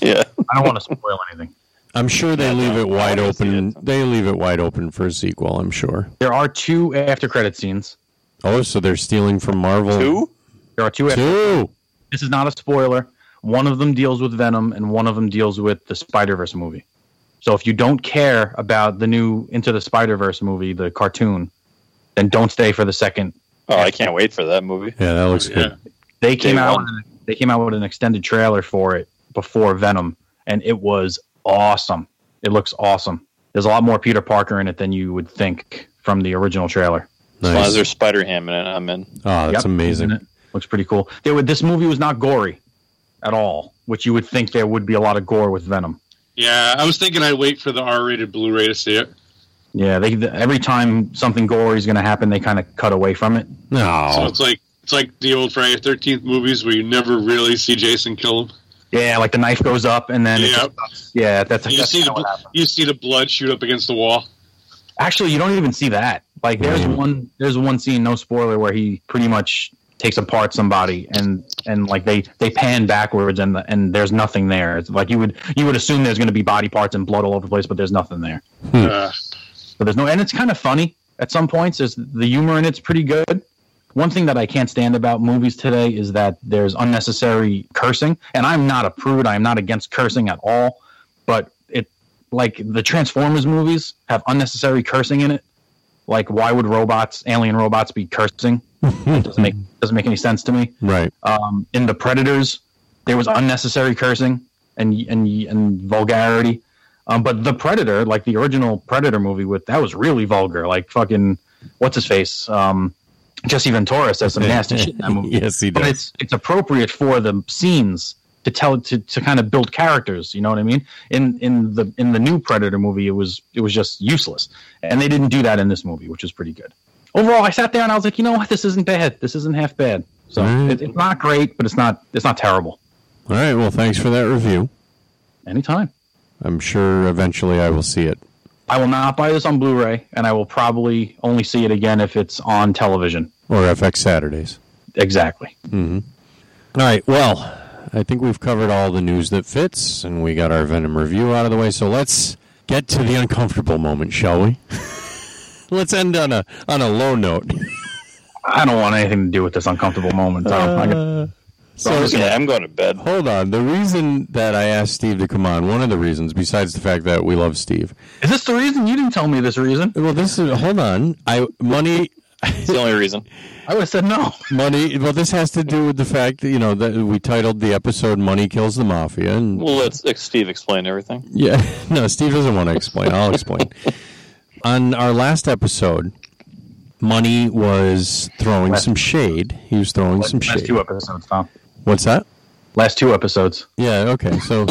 Yeah. I don't want to spoil anything. I'm sure they leave it wide wanna see open. They leave it wide open for a sequel, I'm sure. There are two after credit scenes. Oh, so they're stealing from Marvel. Who? There are two. After, Two. this is not a spoiler. One of them deals with Venom, and one of them deals with the Spider Verse movie. So if you don't care about the new Into the Spider Verse movie, the cartoon, then don't stay for the second. Oh, I can't wait for that movie. Yeah, that looks Yeah. good. They came Day out. one. With an, they came out with an extended trailer for it before Venom, and it was awesome. It looks awesome. There's a lot more Peter Parker in it than you would think from the original trailer. As long as Nice. Oh, there's Spider Ham in it, I'm in. that's Yep, amazing. isn't it? Looks pretty cool. There were, this movie was not gory at all, which you would think there would be a lot of gore with Venom. Yeah, I was thinking I'd wait for the R-rated Blu-ray to see it. Yeah, they the, every time something gory is going to happen, they kind of cut away from it. So No. it's like it's like the old Friday Thirteenth movies where you never really see Jason kill him. Yeah, like the knife goes up and then it Yeah. just- yeah, that's, You that's see the kinda what bl- happened. you see the blood shoot up against the wall. Actually, you don't even see that. Like there's one there's one scene, no spoiler, where he pretty much takes apart somebody and and like they they pan backwards and the, and there's nothing there. It's like you would you would assume there's going to be body parts and blood all over the place, but there's nothing there. Uh, but there's no and it's kind of funny at some points is the humor in it's pretty good one thing that i can't stand about movies today is that there's unnecessary cursing and i'm not a prude i'm not against cursing at all but it like the transformers movies have unnecessary cursing in it like why would robots alien robots be cursing it doesn't make doesn't make any sense to me Right. um, in the Predators, there was unnecessary cursing and and and vulgarity. Um, but the Predator, like the original Predator movie, with that was really vulgar. Like fucking what's his face, um, Jesse Ventura says some nasty shit in that movie. Yes, he But does. it's it's appropriate for the scenes to tell to, to kind of build characters. You know what I mean? In in the in the new Predator movie, it was it was just useless, and they didn't do that in this movie, which is pretty good. Overall, I sat there and I was like, you know what, this isn't bad. This isn't half bad. So Right. it, it's not great, but it's not it's not terrible. All right. Well, thanks for that review. Anytime. I'm sure eventually I will see it. I will not buy this on Blu-ray, and I will probably only see it again if it's on television. Or FX Saturdays. Exactly. All right. Well, I think we've covered all the news that fits, and we got our Venom review out of the way. So let's get to the uncomfortable moment, shall we? let's end on a on a low note. I don't want anything to do with this uncomfortable moment. So Uh, I'm not gonna- so Yeah, I'm going to bed. hold on. The reason that I asked Steve to come on, one of the reasons, besides the fact that we love Steve. is this the reason you didn't tell me this reason? Well, this is hold on. I money It's the only reason. I would have said no. money. Well, this has to do with the fact that you know that we titled the episode "Money Kills the Mafia," and Well, let's ex- Steve explain everything. Yeah, no, Steve doesn't want to explain. I'll explain. On our last episode, Money was throwing some shade. He was throwing some Last shade. two episodes, Tom. What's that? Last two episodes. Yeah, okay. So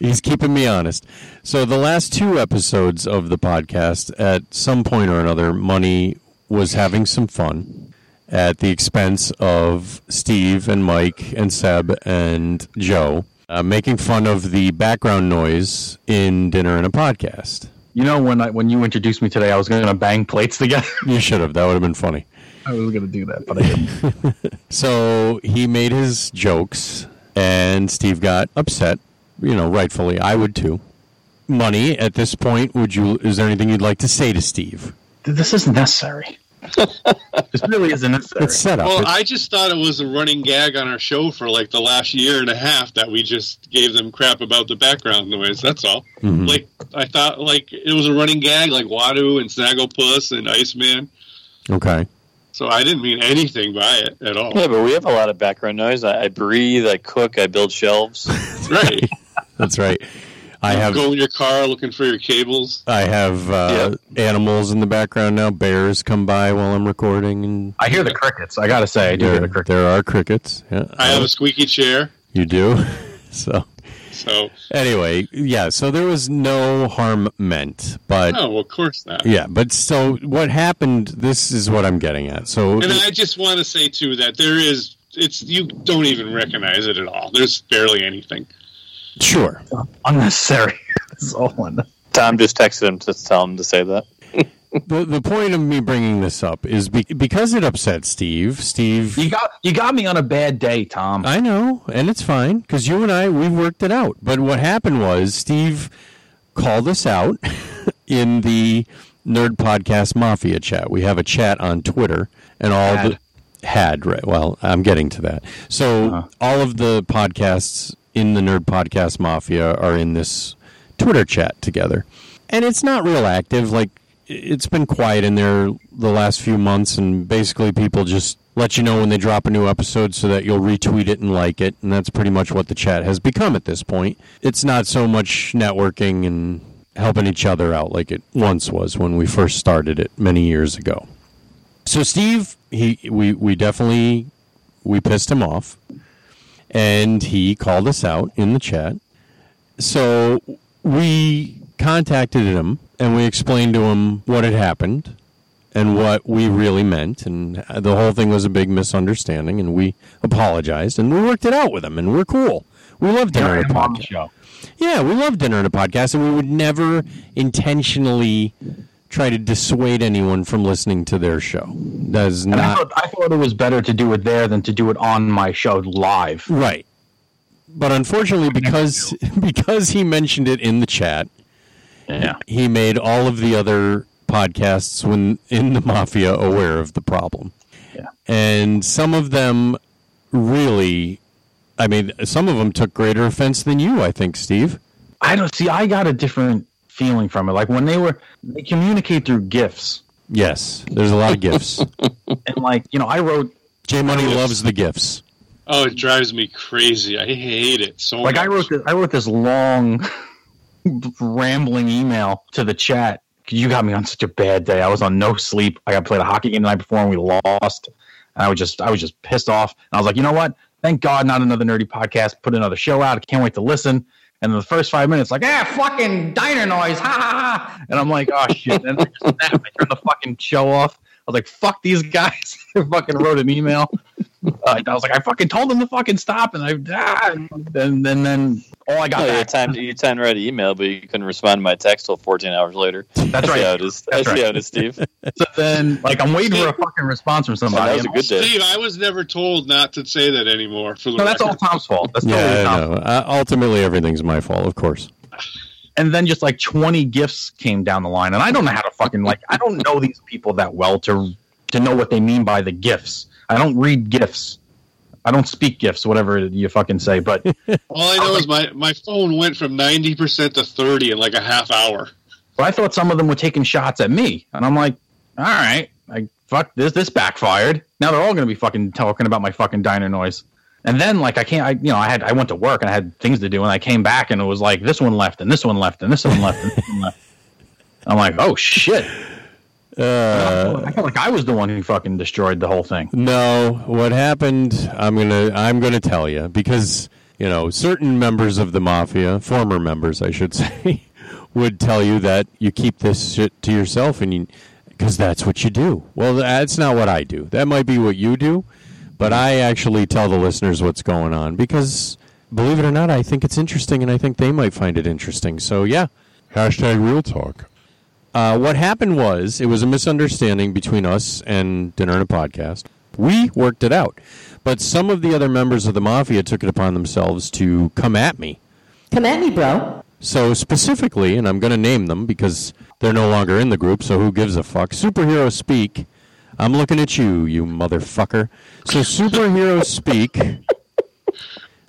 he's keeping me honest. So the last two episodes of the podcast, at some point or another, Money was having some fun at the expense of Steve and Mike and Seb and Joe, uh, making fun of the background noise in Dinner and a Podcast. You know when I when you introduced me today, I was gonna bang plates together. You should have. That would have been funny. I was gonna do that, but I didn't. So he made his jokes, and Steve got upset. You know, rightfully, I would too. Money at this point. Would you? Is there anything you'd like to say to Steve? This isn't necessary. this really isn't necessary. It's set up. well, It's- I just thought it was a running gag on our show for like the last year and a half that we just gave them crap about the background noise. That's all. Mm-hmm. Like I thought, like it was a running gag, like Wadu and Snagglepuss and Iceman. okay. So I didn't mean anything by it at all. Yeah, but we have a lot of background noise. I, I breathe, I cook, I build shelves. Right? That's right. I have Go in your car looking for your cables. I have uh, animals in the background now. Bears come by while I'm recording, and I hear the crickets. I gotta say, I do hear there, the crickets. there are crickets. Yeah, I have a squeaky chair. you do. so So, anyway, yeah. So there was no harm meant, but oh, well, of course not. yeah. But so what happened? This is what I'm getting at. So Mm-hmm. And I just want to say too that there is it's you don't even recognize it at all. There's barely anything. sure, Unnecessary. That's all I know. Tom just texted him to tell him to say that. the the point of me bringing this up is be- because it upset Steve. Steve, You got you got me on a bad day, Tom. I know, and it's fine because you and I we worked it out. But what happened was Steve called us out in the Nerd Podcast Mafia chat. We have a chat on Twitter, and all Had. the had right. Well, I'm getting to that. So all of the podcasts in the Nerd Podcast Mafia are in this Twitter chat together, and it's not real active. Like it's been quiet in there the last few months, and basically people just let you know when they drop a new episode so that you'll retweet it and like it, and that's pretty much what the chat has become at this point. It's not so much networking and helping each other out like it once was when we first started it many years ago. So Steve, he we we definitely we pissed him off, and he called us out in the chat. So we contacted him and we explained to him what had happened and what we really meant, and the whole thing was a big misunderstanding. And we apologized and we worked it out with him, and we're cool. We love Here I dinner. am on the show. Yeah, we love dinner and a podcast, and we would never intentionally try to dissuade anyone from listening to their show. That is And I not thought, I thought it was better to do it there than to do it on my show live. right. But unfortunately, because because he mentioned it in the chat, Yeah. he made all of the other podcasts when in the mafia aware of the problem. Yeah. And some of them really, I mean, some of them took greater offense than you, I think, Steve. I don't see. I got a different feeling from it. Like when they were, they communicate through gifts, Yes, there's a lot of gifts. and like you know, I wrote J Money loves the gifts. Oh, it drives me crazy. I hate it so like much. I wrote this, I wrote this long, rambling email to the chat. You got me on such a bad day. I was on no sleep. I got played a hockey game the night before and we lost. And I was just I was just pissed off. And I was like, you know what? Thank God, not another nerdy podcast. Put another show out. I can't wait to listen. And the first five minutes, like, ah, fucking diner noise, ha ha ha. And I'm like, oh shit. And I just snap. I turn the fucking show off. I was like, fuck these guys. I fucking wrote an email. Uh, I was like, I fucking told them to fucking stop, and I ah, and then then then all I got. Oh, you back- timed you timed right email, but you couldn't respond to my text till 14 hours later. That's I see how right. it is. That's I see right. how it is, Steve. So then, like, I'm waiting for a fucking response from Oh, that somebody. was a and- good day. Steve, I was never told not to say that anymore. For the no, that's all record. Tom's fault. That's totally Yeah, I Tom's know. Uh, ultimately, everything's my fault, of course. and then just like 20 gifts came down the line and i don't know how to fucking like i don't know these people that well to to know what they mean by the gifts i don't read gifts i don't speak gifts whatever you fucking say but All I know is my my phone went from ninety percent to thirty in like a half hour. but i thought some of them were taking shots at me and i'm like all right like fuck this this backfired now they're all going to be fucking talking about my fucking diner noise and then like i can't i you know i had i went to work and i had things to do and i came back and it was like this one left and this one left and this one left and this one left i'm like oh shit I felt like I was the one who fucking destroyed the whole thing. No, what happened? I'm gonna I'm gonna tell you because you know certain members of the mafia, former members, I should say, would tell you that you keep this shit to yourself, and you because that's what you do. Well, that's not what I do. That might be what you do, but I actually tell the listeners what's going on because believe it or not, I think it's interesting, and I think they might find it interesting. So yeah. Hashtag real talk. Uh, what happened was it was a misunderstanding between us and Dinner and a Podcast. We worked it out, but some of the other members of the mafia took it upon themselves to come at me. Come at me, bro. So specifically, and I'm going to name them because they're no longer in the group, so who gives a fuck? Superhero Speak. I'm looking at you, you motherfucker. So Superhero Speak.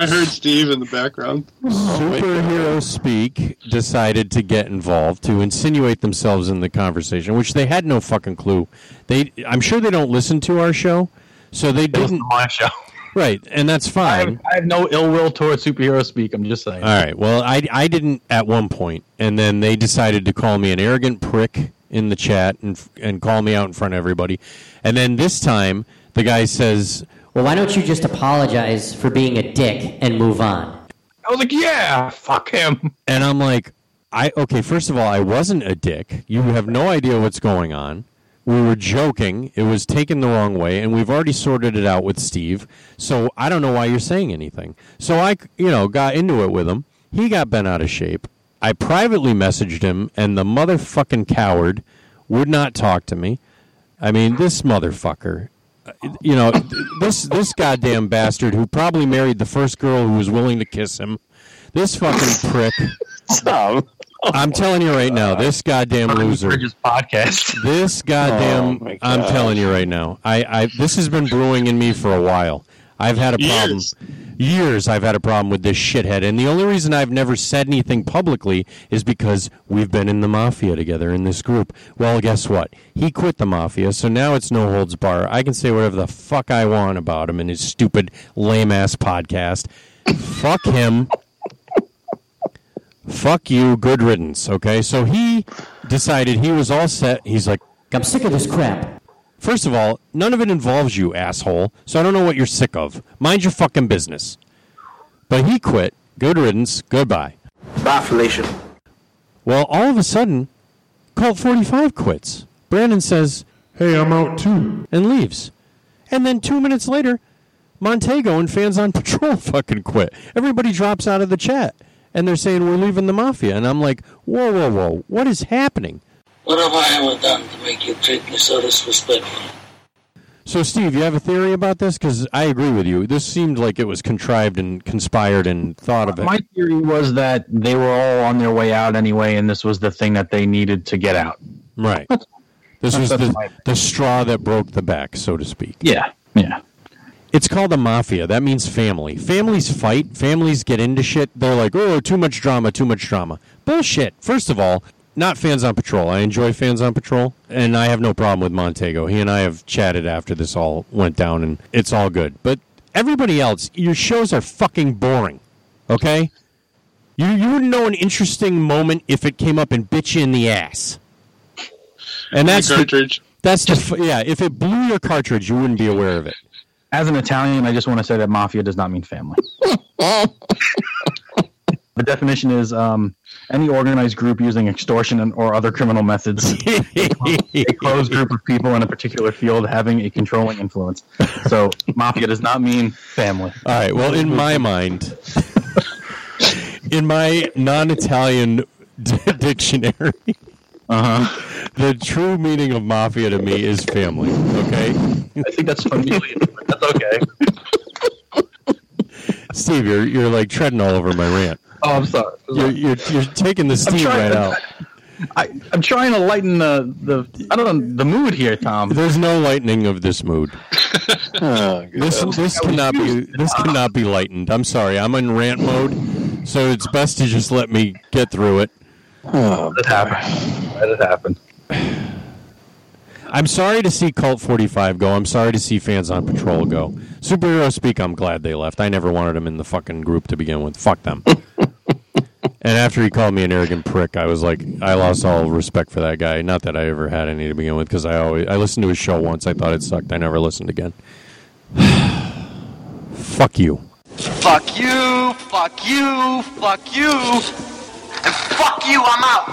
I heard Steve in the background. Superhero Speak decided to get involved to insinuate themselves in the conversation, which they had no fucking clue. They, I'm sure they don't listen to our show, so they It was didn't. my show. Right, and that's I have, fine. I have no ill will towards superhero speak. I'm just saying. All right. Well, I, I didn't at one point, and then they decided to call me an arrogant prick in the chat and and call me out in front of everybody, and then this time the guy says, Well, why don't you just apologize for being a dick and move on? I was like, yeah, fuck him. And I'm like, I okay, first of all, I wasn't a dick. You have no idea what's going on. We were joking. It was taken the wrong way, and we've already sorted it out with Steve. So I don't know why you're saying anything. So I, you know, got into it with him. He got bent out of shape. I privately messaged him, and the motherfucking coward would not talk to me. I mean, this motherfucker. Uh, You know, this this goddamn bastard who probably married the first girl who was willing to kiss him. This fucking prick. Tom. I'm telling you right Uh, now, this goddamn loser. Bridges podcast. This goddamn. Oh, my I'm gosh. telling you right now. I, I this has been brewing in me for a while. I've had a problem. Years. Years I've had a problem with this shithead, and the only reason I've never said anything publicly is because we've been in the mafia together in this group. Well, guess what? He quit the mafia, so now it's no holds bar. I can say whatever the fuck I want about him and his stupid lame ass podcast. fuck him. Fuck you, good riddance. Okay, so he decided he was all set. He's like, I'm sick of this crap. First of all, none of it involves you, asshole. So I don't know what you're sick of. Mind your fucking business. But he quit. Good riddance. Goodbye. Bye, Felicia. Well, all of a sudden, Colt 45 quits. Brandon says, Hey, I'm out too. and leaves. And then two minutes later, Montego and fans on patrol fucking quit. Everybody drops out of the chat. And they're saying, we're leaving the mafia. And I'm like, whoa, whoa, whoa. What is happening? What have I ever done to make you treat me so disrespectful? So, Steve, you have a theory about this? Because I agree with you. This seemed like it was contrived and conspired and thought of it. My theory was that they were all on their way out anyway, and this was the thing that they needed to get out. Right. This was that's the, my- the straw that broke the back, so to speak. Yeah, yeah. It's called the mafia. That means family. Families fight. Families get into shit. They're like, oh, too much drama, too much drama. Bullshit. First of all, not Fans on Patrol. I enjoy Fans on Patrol, and I have no problem with Montego. He and I have chatted after this all went down, and it's all good. But everybody else, your shows are fucking boring. Okay? You, you wouldn't know an interesting moment if it came up and bit you in the ass. And that's the- cartridge. that's the f- yeah. If it blew your cartridge, you wouldn't be aware of it. As an Italian, I just want to say that mafia does not mean family. the definition is um, any organized group using extortion and, or other criminal methods. a closed group of people in a particular field having a controlling influence. So mafia does not mean family. All right. Well, in my mind, in my non-Italian d- dictionary, Uh huh. the true meaning of mafia to me is family. Okay, I think that's funny. but that's okay. Steve, you're you're like treading all over my rant. Oh, I'm sorry. You're you're, you're taking the steam right trying to- out. I, I'm trying to lighten the, the I don't know the mood here, Tom. There's no lightening of this mood. Oh, good. This this cannot be this cannot be lightened. I'm sorry. I'm in rant mode, so it's best to just let me get through it. Oh, Let it happen. Let it happen. I'm sorry to see Cult 45 go. I'm sorry to see fans on Patrol go. Superhero Speak, I'm glad they left. I never wanted them in the fucking group to begin with. Fuck them. and after he called me an arrogant prick, I was like, I lost all respect for that guy. Not that I ever had any to begin with, because I always I listened to his show once. I thought it sucked. I never listened again. Fuck you. Fuck you, fuck you, fuck you, and fuck you, I'm out.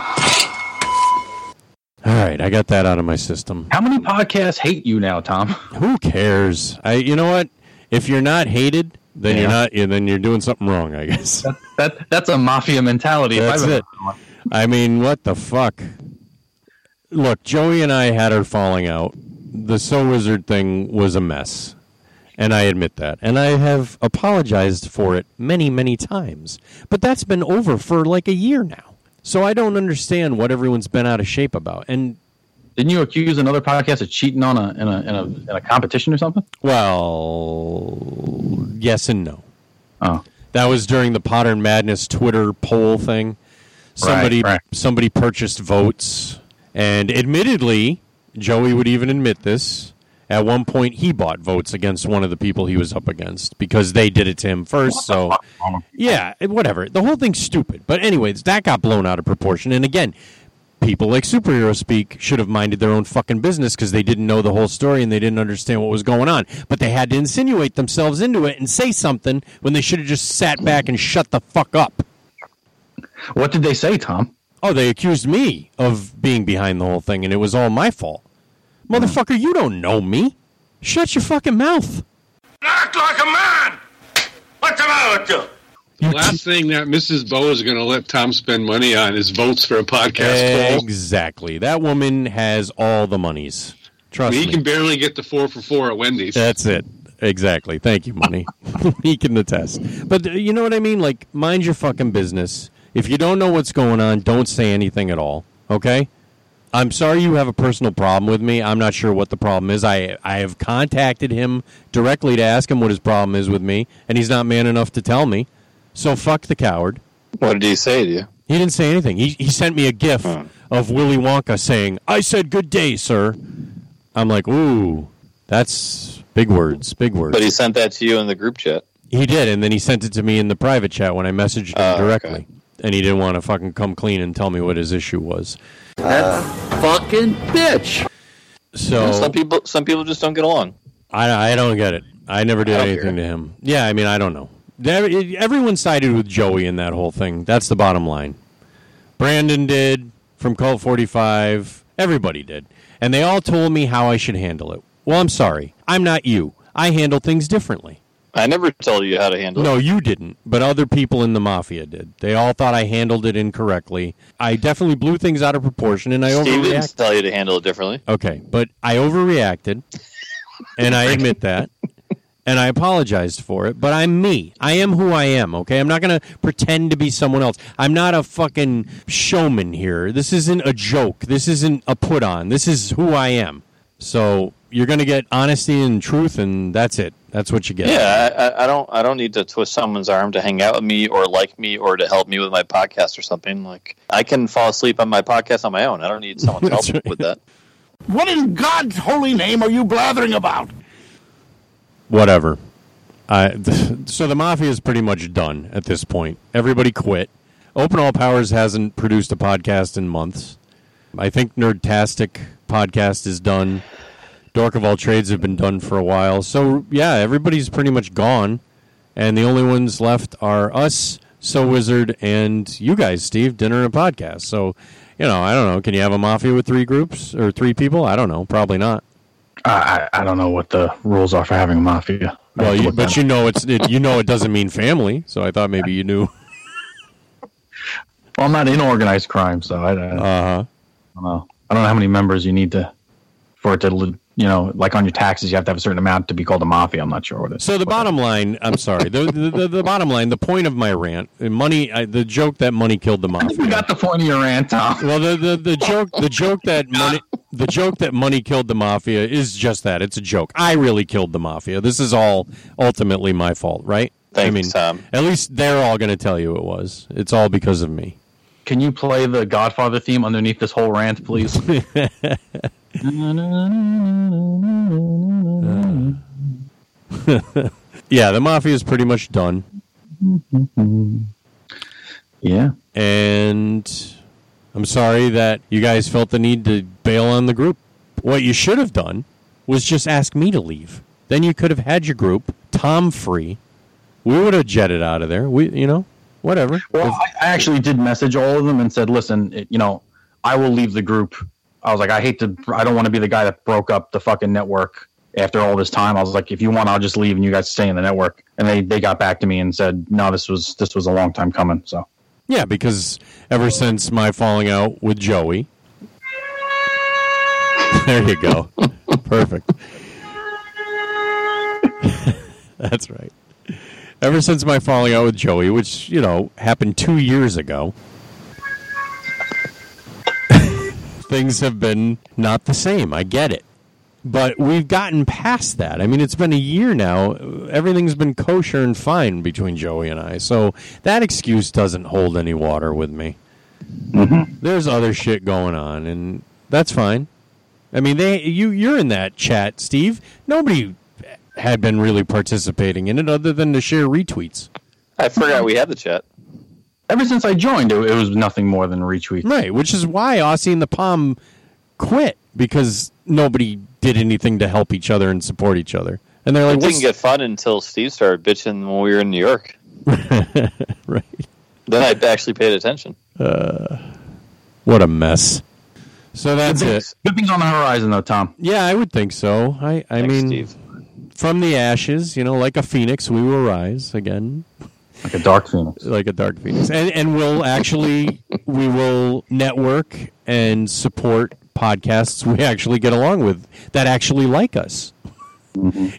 All right, I got that out of my system. How many podcasts hate you now, Tom? Who cares? I, you know what? If you're not hated, then you're Yeah. not. yeah, Then you're doing something wrong, I guess. That, that that's a mafia mentality. if That's I've ever it. heard one. I mean, what the fuck? Look, Joey and I had our falling out. The So Wizard thing was a mess. And I admit that. And I have apologized for it many, many times. But that's been over for like a year now. So I don't understand what everyone's been out of shape about. And, Didn't you accuse another podcast of cheating on a in a in a, in a competition or something? well, yes and no. Oh, That was during the Potter and Madness Twitter poll thing. Somebody right. somebody purchased votes, and admittedly, Joey would even admit this. At one point, he bought votes against one of the people he was up against because they did it to him first. So, yeah, it- whatever. The whole thing's stupid. But anyways, that got blown out of proportion. And again, people like superhero speak should have minded their own fucking business because they didn't know the whole story and they didn't understand what was going on. But they had to insinuate themselves into it and say something when they should have just sat back and shut the fuck up. What did they say, Tom? Oh, they accused me of being behind the whole thing and it was all my fault. Motherfucker, you don't know me. Shut your fucking mouth. Act like a man! What's the matter with you? The last thing that Mrs. Bo is going to let Tom spend money on is votes for a podcast poll. Exactly. That woman has all the monies. Trust He me. can barely get the four for four at Wendy's. That's it. Exactly. Thank you, money. he can attest. But uh, you know what I mean? Like, mind your fucking business. If you don't know what's going on, don't say anything at all. Okay? I'm sorry you have a personal problem with me. I'm not sure what the problem is. I I have contacted him directly to ask him what his problem is with me, and he's not man enough to tell me. So fuck the coward. What did he say to you? He didn't say anything. He he sent me a gif of Willy Wonka saying, "I said good day, sir." I'm like, "Ooh, that's big words, big words." But he sent that to you in the group chat. He did, and then he sent it to me in the private chat when I messaged him directly. And he didn't want to fucking come clean and tell me what his issue was. That fucking bitch. So Oh. some people, some people just don't get along. I, I don't get it. I never did anything to him. Yeah, I mean, I don't know. There- it- Everyone sided with Joey in that whole thing. That's the bottom line. Brandon did from Cult 45. Everybody did. And they all told me how I should handle it. Well, I'm sorry. I'm not you. I handle things differently. I never told you how to handle No, it. you didn't, but other people in the mafia did. They all thought I handled it incorrectly. I definitely blew things out of proportion and I Steve overreacted. didn't tell you to handle it differently. Okay, but I overreacted, and I admit that, and I apologized for it. But I'm me. I am who I am. Okay, I'm not gonna pretend to be someone else. I'm not a fucking showman here. This isn't a joke. This isn't a put on. This is who I am. So you're gonna get honesty and truth, and that's it. That's what you get. Yeah, I- I, I don't. I don't need to twist someone's arm to hang out with me or like me or to help me with my podcast or something. Like I can fall asleep on my podcast on my own. I don't need someone's help That's right. with that. What in God's holy name are you blathering about? whatever. I, so the mafia is pretty much done at this point. Everybody quit. Open All Powers hasn't produced a podcast in months. I think Nerdtastic podcast is done. Dork of All Trades have been done for a while. So yeah, everybody's pretty much gone, and the only ones left are us, So Wizard, and you guys, Steve, Dinner and a Podcast. So you know, I don't know. Can you have a mafia with three groups or three people? I don't know. Probably not. I, I I don't know what the rules are for having a mafia. Well, you, but you know it's it, you know it doesn't mean family, so I thought maybe you knew. Well, I'm not in organized crime, so I, don't- Uh-huh. I don't know. I don't know how many members you need to for it to, li- you know, like on your taxes, you have to have a certain amount to be called a mafia. I'm not sure what it is. So the bottom line, I'm sorry. The, the, the, the bottom line, the point of my rant, uh, money. I, the joke that money killed the mafia. We got the point of your rant, Tom. Well, the, the, the joke the joke that money the joke that money killed the mafia is just that. It's a joke. I really killed the mafia. This is all ultimately my fault, right? I Thanks, mean, Tom. at least they're all going to tell you it was. It's all because of me. Can you play the Godfather theme underneath this whole rant, please? yeah, the mafia is pretty much done. yeah. and I'm sorry that you guys felt the need to bail on the group. What you should have done was just ask me to leave. Then you could have had your group Tom free. We would have jetted out of there. We, you know, whatever. Well, I, I actually did message all of them and said, "Listen, it, you know, I will leave the group." I was like, "I hate to, I don't want to be the guy that broke up the fucking network after all this time." I was like, "If you want, I'll just leave, and you guys stay in the network." And they they got back to me and said, "No, this was this was a long time coming." So Yeah, because ever since my falling out with Joey. There you go. Perfect. That's right. Ever since my falling out with Joey, which, you know, happened two years ago, things have been not the same. I get it. But we've gotten past that. I mean, it's been a year now. Everything's been kosher and fine between Joey and I. So that excuse doesn't hold any water with me. There's other shit going on, and that's fine. I mean, they you you're in that chat, Steve. Nobody had been really participating in it other than to share retweets. I forgot we had the chat. ever since I joined, it, it was nothing more than retweet. Right, which is why Aussie and the Palm quit because nobody did anything to help each other and support each other. And they're it like, didn't "What's- get fun until Steve started bitching when we were in New York. right. Then I actually paid attention. Uh, what a mess. So that's Good it. things- Good things on the horizon, though, Tom. Yeah, I would think so. I, I mean, from the ashes, you know, like a phoenix, we will rise again. Like a dark phoenix. Like a dark phoenix, and and we'll actually we will network and support podcasts we actually get along with that actually like us,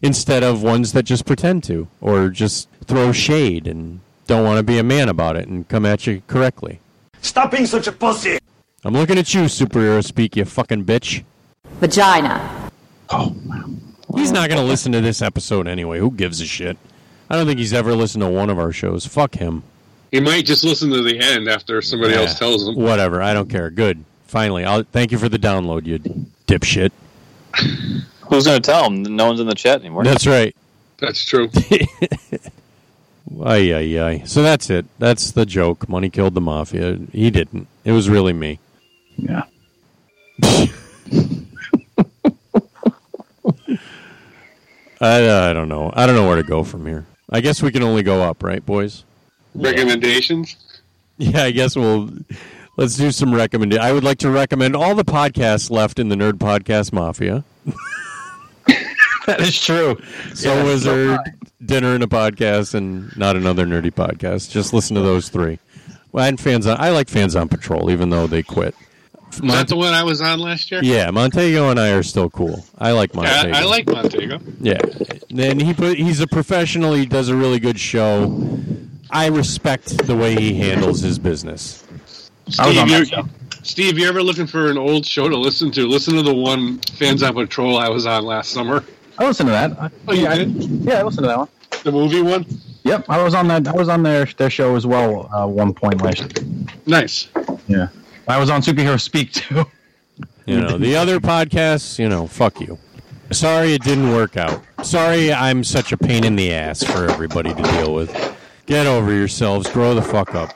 instead of ones that just pretend to or just throw shade and don't want to be a man about it and come at you correctly. Stop being such a pussy. I'm looking at you, superhero speak, you fucking bitch. Vagina. He's not going to listen to this episode anyway. Who gives a shit? I don't think he's ever listened to one of our shows. Fuck him. He might just listen to the end after somebody Yeah. else tells him. Whatever. I don't care. Good. Finally, I'll thank you for the download, you dipshit. Who's going to tell him? No one's in the chat anymore. That's right. That's true. Ay ay ay. So that's it. That's the joke. Money killed the mafia. He didn't. It was really me. Yeah. I I don't know. I don't know where to go from here. I guess we can only go up, right, boys? Recommendations? Yeah, I guess we'll let's do some recommend. I would like to recommend all the podcasts left in the Nerd Podcast Mafia. that is true. So Yeah, Wizard, Dinner and a Podcast, and Not Another Nerdy Podcast. Just listen to those three. Well, and fans on. I like fans on patrol, even though they quit. Is that the one I was on last year? Yeah, Montego and I are still cool. I like Montego. Yeah, I, I like Montego. Yeah. Then he put he's a professional, he does a really good show. I respect the way he handles his business. Steve, you're, Steve, you ever looking for an old show to listen to? Listen to the one Fans on Patrol I was on last summer. I listened to that. I, Oh, you did? yeah, I listened to that one. The movie one? Yep, I was on that. I was on their their show as well. Uh, one point last. year. Nice. Yeah, I was on Superhero Speak too. You know, the other podcasts, you know, fuck you. Sorry it didn't work out. Sorry I'm such a pain in the ass for everybody to deal with. Get over yourselves. Grow the fuck up.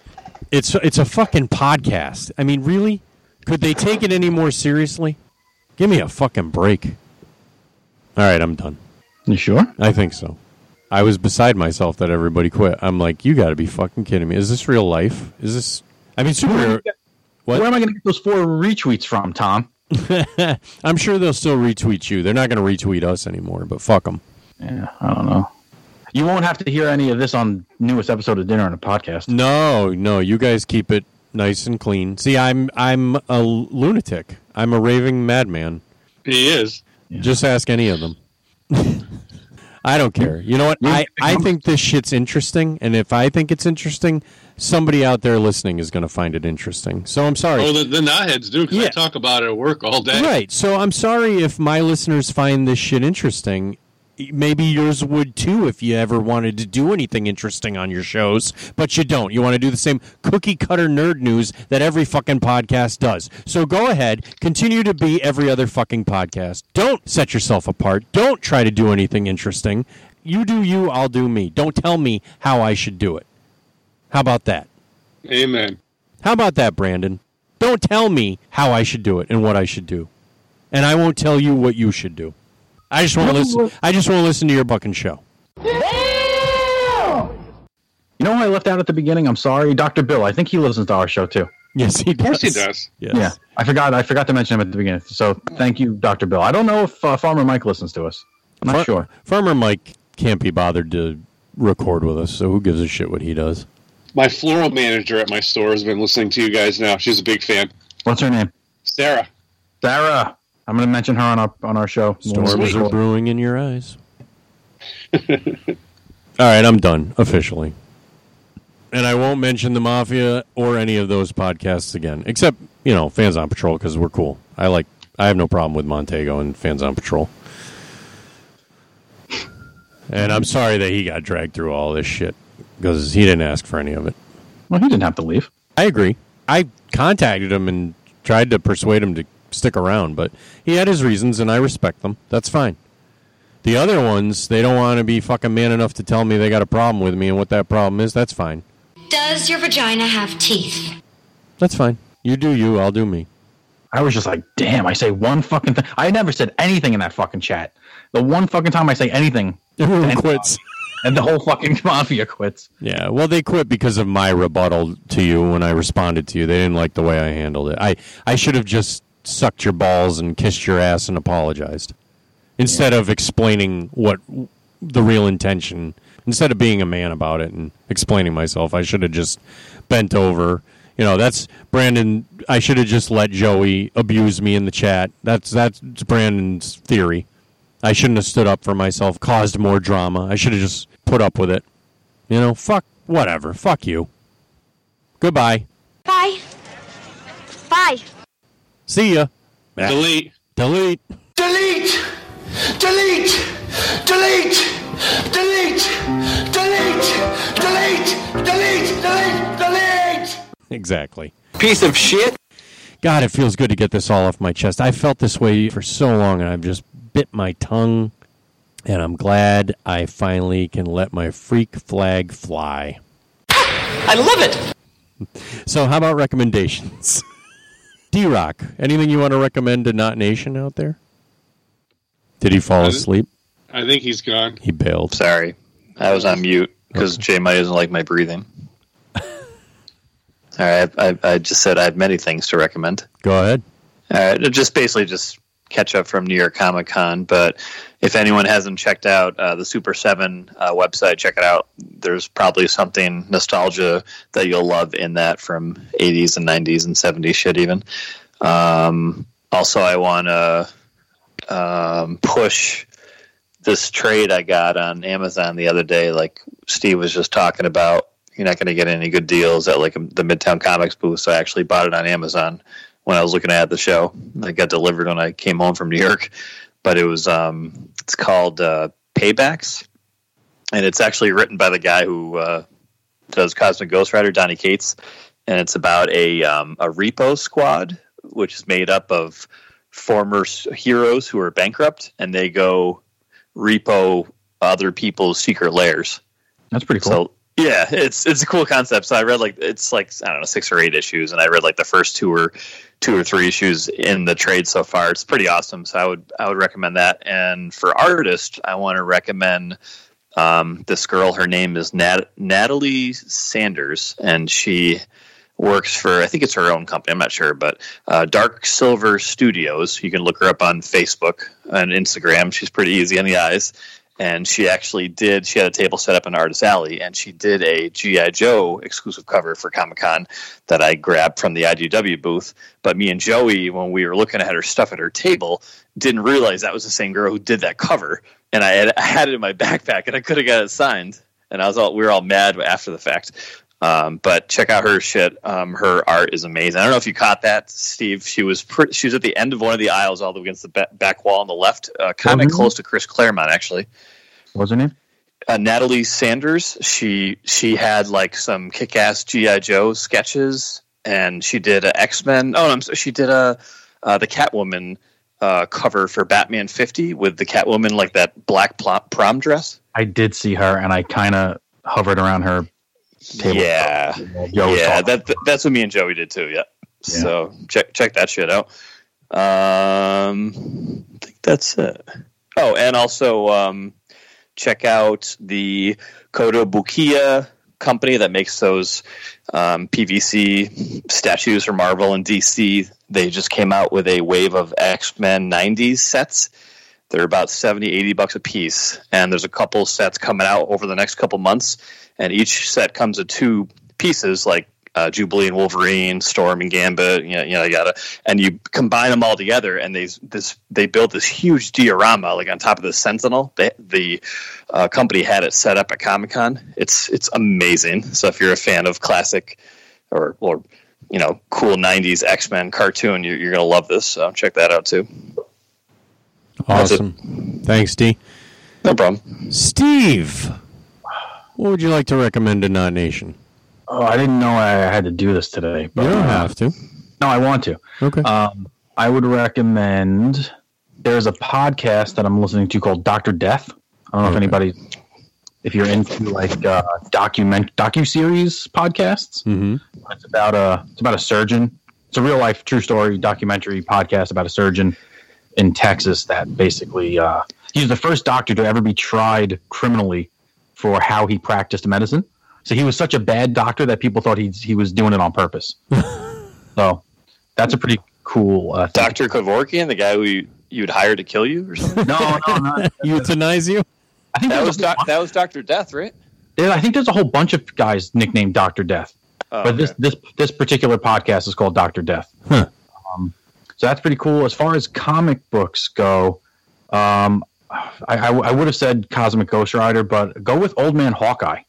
It's it's a fucking podcast. I mean, really? Could they take it any more seriously? Give me a fucking break. All right, I'm done. You sure? I think so. I was beside myself that everybody quit. I'm like, you got to be fucking kidding me. Is this real life? Is this? I mean, superhero. Where am I going to get those four retweets from, Tom? I'm sure they'll still retweet you. They're not going to retweet us anymore, but fuck them. Yeah, I don't know. You won't have to hear any of this on newest episode of Dinner on a Podcast. No, no, you guys keep it nice and clean. See, I'm I'm a lunatic. I'm a raving madman. He is. Just ask any of them. I don't care. You know what? I, I think this shit's interesting, and if I think it's interesting, somebody out there listening is going to find it interesting. So I'm sorry. Oh, the, the knotheads do, because I talk about it at work all day. Right. So I'm sorry if my listeners find this shit interesting. Maybe yours would too if you ever wanted to do anything interesting on your shows, but you don't. You want to do the same cookie cutter nerd news that every fucking podcast does. So go ahead, continue to be every other fucking podcast. Don't set yourself apart. Don't try to do anything interesting. You do you, I'll do me. Don't tell me how I should do it. How about that? Amen. How about that, Brandon? Don't tell me how I should do it and what I should do, and I won't tell you what you should do. I just want to listen. I just want to listen to your bucking show. You know who I left out at the beginning? I'm sorry, Doctor Bill. I think he listens to our show too. Yes, he does. course he does. Yes. Yeah, I forgot. I forgot to mention him at the beginning. So thank you, Doctor Bill. I don't know if uh, Farmer Mike listens to us. I'm not Far- sure. Farmer Mike can't be bothered to record with us, so who gives a shit what he does? My floral manager at my store has been listening to you guys now. She's a big fan. What's her name? Sarah. Sarah. I'm going to mention her on our on our show. Storms are brewing in your eyes. All right, I'm done officially, and I won't mention the mafia or any of those podcasts again, except you know, fans on patrol because we're cool. I like. I have no problem with Montego and fans on patrol. And I'm sorry that he got dragged through all this shit because he didn't ask for any of it. Well, he didn't have to leave. I agree. I contacted him and tried to persuade him to stick around, but he had his reasons, and I respect them. That's fine. The other ones, they don't want to be fucking man enough to tell me they got a problem with me and what that problem is. That's fine. Does your vagina have teeth? That's fine. You do you, I'll do me. I was just like, damn, I say one fucking thing. I never said anything in that fucking chat. The one fucking time I say anything, everyone quits. And the whole fucking mafia quits. Yeah, well, they quit because of my rebuttal to you when I responded to you. They didn't like the way I handled it. I, I should have just sucked your balls and kissed your ass and apologized instead of explaining what the real intention. Instead of being a man about it and explaining myself, I should have just bent over. You know, that's Brandon. I should have just let Joey abuse me in the chat. That's that's Brandon's theory. I shouldn't have stood up for myself, caused more drama. I should have just put up with it. You know, fuck whatever. Fuck you. Goodbye. Bye. Bye. See ya. Delete. Delete. Delete! Delete! Delete! Delete! Delete! Delete! Delete! Delete! Delete! Exactly. Piece of shit. God, it feels good to get this all off my chest. I felt this way for so long, and I've just bit my tongue, and I'm glad I finally can let my freak flag fly. I love it. So, how about recommendations? D Rock, anything you want to recommend to Not Nation out there? Did he fall I- asleep? I think he's gone. He bailed. Sorry, I was on mute because J May doesn't like my breathing. All right, I, I, I just said I have many things to recommend. Go ahead. All right, Uh, just basically just catch up from New York Comic Con. But if anyone hasn't checked out uh, the Super Seven uh, website, check it out. There's probably something nostalgia that you'll love in that from 80s and 90s and 70s shit even. Um, also, I want to um, push this trade I got on Amazon the other day. Like Steve was just talking about, you're not going to get any good deals at like the Midtown Comics booth. So I actually bought it on Amazon when I was looking at the show. It got delivered when I came home from New York, but it was um, it's called uh, Paybacks, and it's actually written by the guy who uh, does Cosmic Ghost Rider, Donny Cates, and it's about a um, a repo squad which is made up of former s- heroes who are bankrupt and they go repo other people's secret lairs. That's pretty cool. So yeah, it's it's a cool concept. So I read like it's like I don't know six or eight issues, and I read like the first two or two or three issues in the trade so far. It's pretty awesome. So I would I would recommend that. And for artists, I want to recommend um, this girl. Her name is Nat- Natalie Sanders, and she works for I think it's her own company. I'm not sure, but uh, Dark Silver Studios. You can look her up on Facebook and Instagram. She's pretty easy on the eyes. And she actually did. She had a table set up in Artist Alley, and she did a GI Joe exclusive cover for Comic Con that I grabbed from the IDW booth. But me and Joey, when we were looking at her stuff at her table, didn't realize that was the same girl who did that cover. And I had, I had it in my backpack, and I could have got it signed. And I was all we were all mad after the fact. Um, but check out her shit. Um, her art is amazing. I don't know if you caught that, Steve. She was pr- she was at the end of one of the aisles, all the way against the ba- back wall on the left, uh, kind of Mhm. close to Chris Claremont, actually What's her name? uh, Natalie Sanders. She she had like some kick-ass GI Joe sketches, and she did a X Men. Oh, I'm so she did a uh, the Catwoman uh, cover for Batman 50 with the Catwoman like that black pl- prom dress. I did see her, and I kind of hovered around her table. Yeah, Joe was yeah, talking. that, that- that's what me and Joey did too. Yeah, so check check that shit out. Um, I think that's it. Oh, and also um, check out the Kotobukiya company that makes those um, PVC statues for Marvel and DC. They just came out with a wave of X Men '90s sets. They're about 70, 80 bucks a piece. And there's a couple sets coming out over the next couple months. And each set comes in two pieces, like uh, Jubilee and Wolverine, Storm and Gambit, you know, you know, yada. And you combine them all together, and they this they built this huge diorama, like on top of the Sentinel. They, the uh, company had it set up at Comic Con. It's it's amazing. So if you're a fan of classic or or you know cool '90s X Men cartoon, you're, you're gonna love this. So check that out too. That's it. Awesome. Thanks, D. No problem. Steve, what would you like to recommend to Not Nation? Oh, I didn't know I had to do this today. But, You don't uh, have to. No, I want to. Okay. Um, I would recommend. There's a podcast that I'm listening to called Doctor Death. I don't know if anybody if you're into like uh, document docu series podcasts. Mm-hmm. It's about a it's about a surgeon. It's a real life true story documentary podcast about a surgeon in Texas that basically uh, he was the first doctor to ever be tried criminally for how he practiced medicine. So he was such a bad doctor that people thought he he was doing it on purpose. so that's a pretty cool uh, thing. Doctor Kevorkian, the guy who you'd hire to kill you or something. No, no, no. euthanize you. I think that there's was a- doc- that was Doctor Death, right? There, I think there's a whole bunch of guys nicknamed Doctor Death, Oh, but this okay. this this particular podcast is called Doctor Death. Huh. Um, so that's pretty cool. As far as comic books go, um, I, I, I would have said Cosmic Ghost Rider, but go with Old Man Hawkeye.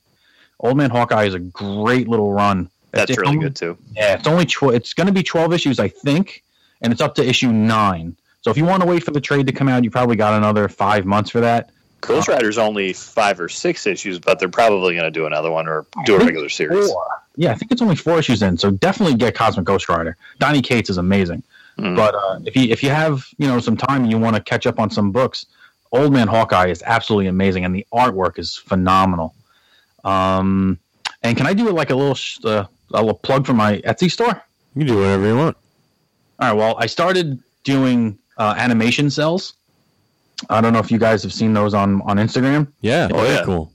Old Man Hawkeye is a great little run. that's It's really only- good too. yeah, it's only tw- it's going to be twelve issues, I think, and it's up to issue nine. So if you want to wait for the trade to come out, you probably got another five months for that. Ghost Rider's only five or six issues, but they're probably going to do another one or do a regular series. Four. Yeah, I think it's only four issues in, so definitely get Cosmic Ghost Rider. Donnie Cates is amazing, Mm. but uh, if you if you have you know some time and you want to catch up on some books, Old Man Hawkeye is absolutely amazing, and the artwork is phenomenal. Um, and can I do like a little sh- uh, a little plug for my Etsy store? You can do whatever you want. All right. Well, I started doing uh, animation cells. I don't know if you guys have seen those on on Instagram. Yeah, Oh, very yeah. cool.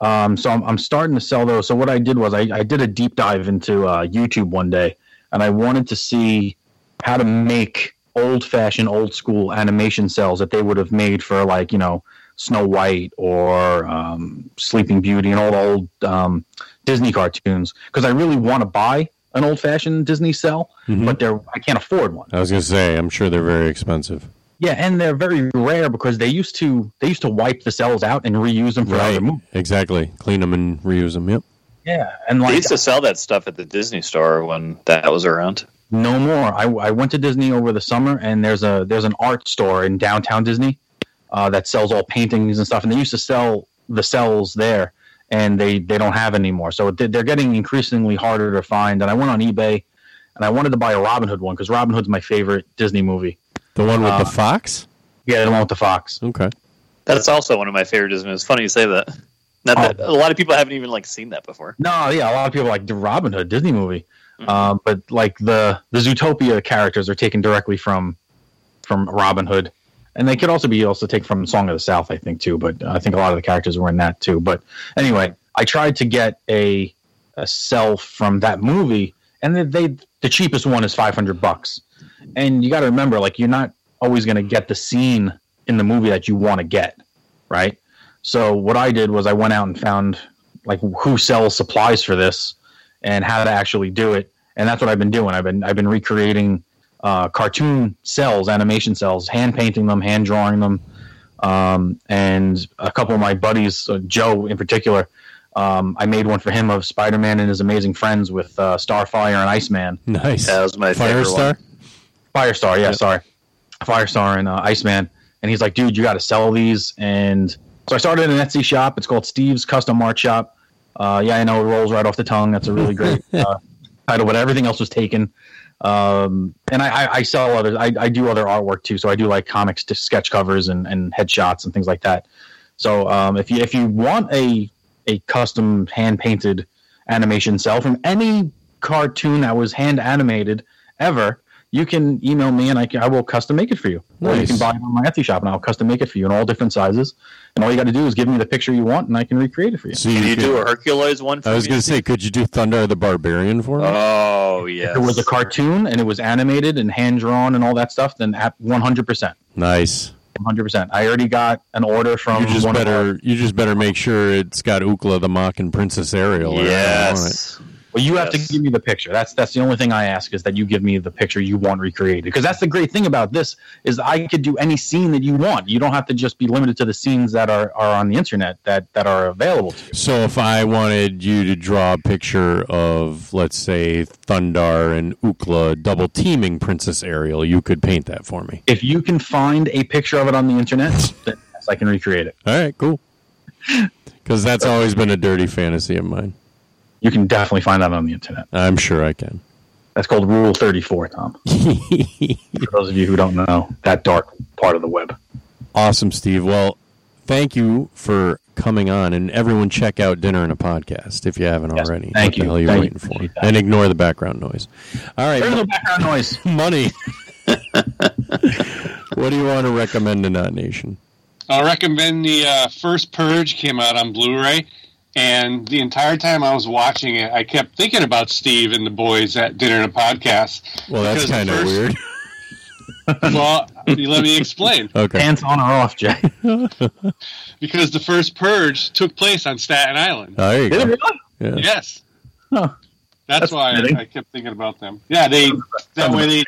Um, so I'm, I'm starting to sell those. So what I did was I, I did a deep dive into uh, YouTube one day, and I wanted to see how to make old fashioned, old school animation cells that they would have made for like you know Snow White or um, Sleeping Beauty and all the old um, Disney cartoons because I really want to buy an old fashioned Disney cell, Mhm. but they're I can't afford one. I was gonna say, I'm sure they're very expensive. Yeah, and they're very rare because they used to they used to wipe the cells out and reuse them for Right. other movies. Exactly. Clean them and reuse them. Yep. Yeah, and They like used to sell that stuff at the Disney store when that was around. no more. I, I went to Disney over the summer, and there's a there's an art store in downtown Disney uh, that sells all paintings and stuff, and they used to sell the cells there, and they they don't have any more. So they- they're getting increasingly harder to find. And I went on eBay, and I wanted to buy a Robin Hood one because Robin Hood's my favorite Disney movie. The one with Uh, the fox. Yeah, the one with the fox. Okay. That's also one of my favorite Disney. It's funny you say that. Not that Oh. a lot of people haven't even like seen that before. No, yeah, a lot of people like the Robin Hood Disney movie, um, but like the the Zootopia characters are taken directly from from Robin Hood, and they could also be also taken from Song of the South, I think too. But I think a lot of the characters were in that too. But anyway, I tried to get a a cell from that movie, and they, they the cheapest one is five hundred bucks, and you got to remember, like you're not always going to get the scene in the movie that you want to get, right? So what I did was I went out and found like who sells supplies for this and how to actually do it. And that's what I've been doing. I've been I've been recreating uh, cartoon cells, animation cells, hand painting them, hand drawing them. Um, and a couple of my buddies, uh, Joe in particular, um, I made one for him of Spider Man and his amazing friends with uh, Starfire and Iceman. Nice. That was my favorite Firestar. Firestar, yeah, sorry. Firestar and uh, Iceman. And he's like, dude, you got to sell these. And so I started an Etsy shop. It's called Steve's Custom Art Shop. Uh, yeah, I know it rolls right off the tongue. That's a really great uh, title, but everything else was taken. Um, and I, I, I sell other, I, I do other artwork too. So I do like comics to sketch covers and, and headshots and things like that. So um, if you if you want a a custom hand painted animation cell from any cartoon that was hand animated ever, you can email me and I, can, I will custom make it for you. Or you Nice. can buy it on my Etsy shop and I'll custom make it for you in all different sizes. And all you got to do is give me the picture you want and I can recreate it for you. So Can you could- do a Hercules one? For I was me? gonna say, could you do Thunder the Barbarian for me? Oh yes. If it was a cartoon and it was animated and hand drawn and all that stuff, then at 100%. nice. 100%. I already got an order from You just one of our- better. You just better make sure it's got Ukla the Mock and Princess Ariel. or I don't want it. Yes. Well, you have Yes. to give me the picture. That's that's the only thing I ask is that you give me the picture you want recreated. Because that's the great thing about this is I could do any scene that you want. You don't have to just be limited to the scenes that are, are on the internet that, that are available to you. So if I wanted you to draw a picture of, let's say, Thundar and Ukla double teaming Princess Ariel, you could paint that for me. If you can find a picture of it on the internet, then yes, I can recreate it. All right, cool. Because that's always been a dirty fantasy of mine. You can definitely find that on the internet. I'm sure I can. That's called Rule Thirty Four, Tom. For those of you who don't know that dark part of the web. Awesome, Steve. Well, thank you for coming on, and everyone check out Dinner and a Podcast if you haven't Yes, already. thank what the you, hell you're thank you, waiting for, appreciate that. and ignore the background noise. All right, There's no background noise. Money. what do you want to recommend to Not Nation? I'll recommend the uh, first Purge came out on Blu-ray, and the entire time I was watching it, I kept thinking about Steve and the boys at dinner and a podcast. Well, that's Because the kind of first- weird. Well, you let me explain. Okay. Pants on or off, Jay? Because the first Purge took place on Staten Island. Oh, there you Did go. it really? Yeah. Yes, Huh. that's, That's why fitting. I, I kept thinking about them. Yeah, they that way they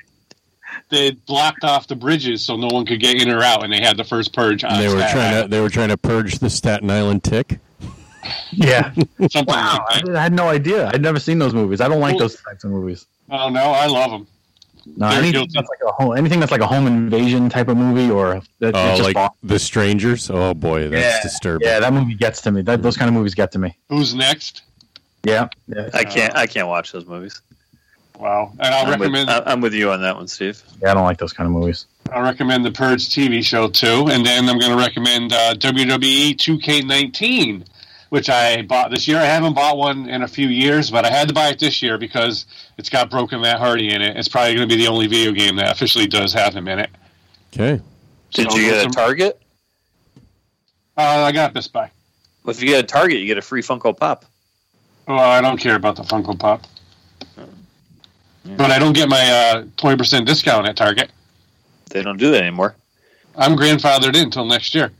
they blocked off the bridges so no one could get in or out, and they had the first Purge on. They were Staten trying to Island. they were trying to purge the Staten Island tick. Yeah. Something Wow. like I, did- I had no idea. I'd never seen those movies. I don't like Well- those types of movies. Oh no, I love them. No, They're anything guilty. that's like a home, anything that's like a home invasion type of movie or that it's Oh, just like awful. the strangers. Oh boy, that's Yeah, disturbing. Yeah, that movie gets to me. That those kind of movies get to me. Who's next? Yeah. Yeah. I can't. I can't watch those movies. Wow, and I'll I'm with, recommend I- I'm with you on that one, Steve. Yeah, I don't like those kind of movies. I'll recommend the Purge TV show too, and then I'm going to recommend uh, WWE 2K19, which I bought this year. I haven't bought one in a few years, but I had to buy it this year because it's got Broken Matt Hardy in it. It's probably going to be the only video game that officially does have him in it. Okay. Did So you those get a are- Target? Uh, I got this by. Well, If you get a Target, you get a free Funko Pop. Oh, I don't care about the Funko Pop, but I don't get my uh, twenty percent discount at Target. They don't do that anymore. I'm grandfathered in until next year.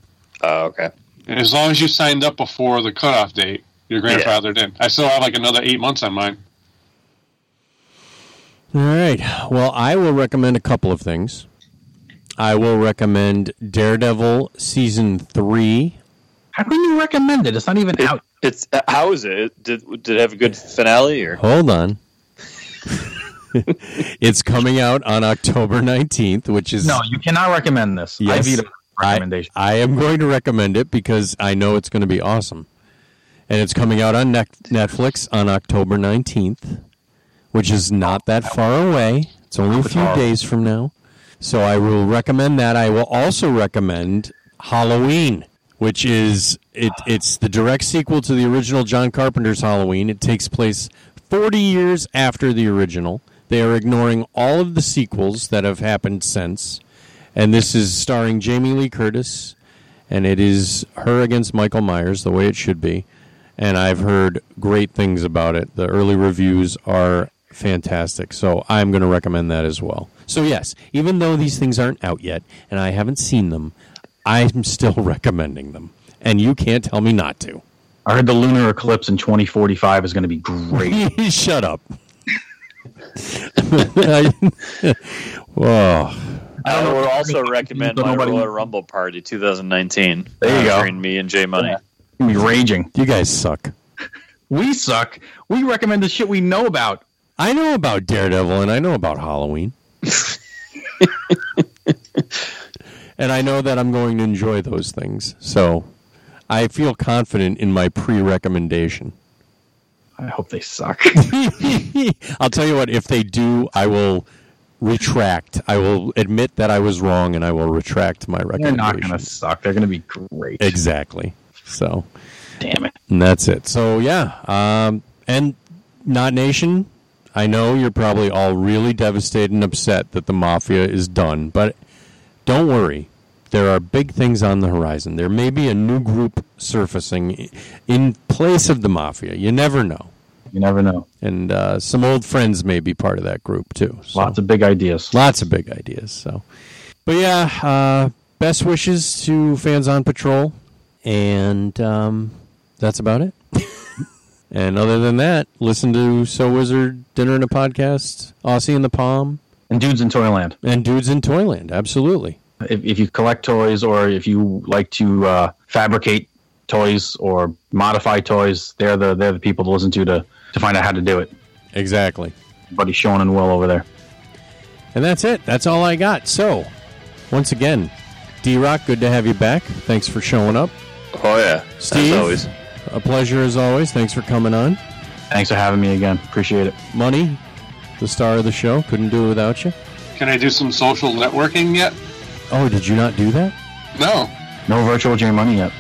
Oh, okay. And as long as you signed up before the cutoff date, you're grandfathered in. I still have like another eight months on mine. All right. Well, I will recommend a couple of things. I will recommend Daredevil season three. How can you recommend it? It's not even out. It's uh, how is it? It- Did did it have a good finale or? Hold on. it's coming out on October 19th, which is No, you cannot recommend this. Yes. I veto the recommendation. I am going to recommend it because I know it's going to be awesome. And it's coming out on Net- Netflix on October 19th, which is not that far away. It's only a few days from now. So I will recommend that. I will also recommend Halloween, which is it it's the direct sequel to the original John Carpenter's Halloween. It takes place 40 years after the original. They are ignoring all of the sequels that have happened since. And this is starring Jamie Lee Curtis, and it is her against Michael Myers, the way it should be. And I've heard great things about it. The early reviews are fantastic, so I'm going to recommend that as well. So, yes, even though these things aren't out yet and I haven't seen them, I'm still recommending them. And you can't tell me not to. I heard the lunar eclipse in 2045 is going to be great. Shut up. I- Whoa. I would also recommend Don't my nobody- Royal Rumble Party 2019. There you go. Featuring me and Jay Money. It's gonna be raging. You guys suck. We suck. We recommend the shit we know about. I know about Daredevil and I know about Halloween. and I know that I'm going to enjoy those things. So I feel confident in my pre recommendation. I hope they suck. I'll tell you what, if they do, I will retract. I will admit that I was wrong and I will retract my They're recommendation. not going to suck. They're going to be great. Exactly. So, Damn it. and that's it. So, yeah. Um, and Not Nation, I know you're probably all really devastated and upset that the mafia is done, but don't worry. There are big things on the horizon. There may be a new group surfacing i- in place of the mafia. You never know. You never know. And uh, some old friends may be part of that group, too. So, Lots of big ideas. lots of big ideas. So, but yeah, uh, best wishes to fans on patrol, and um, that's about it. and other than that, listen to So Wizard Dinner and a Podcast, Aussie in the Palm, And dudes in Toyland. and Dudes in Toyland. Absolutely. If, if you collect toys or if you like to uh, fabricate toys or modify toys, they're the they're the people to listen to to, to find out how to do it. Exactly. Buddy Sean and Will over there. And that's it. That's all I got. So, once again, D Rock, good to have you back. Thanks for showing up. Oh yeah, Steve, As always. a pleasure as always. Thanks for coming on. Thanks for having me again. Appreciate it. Money, the star of the show, couldn't do it without you. Can I do some social networking yet? Oh, did you not do that? No. No virtual J money yet.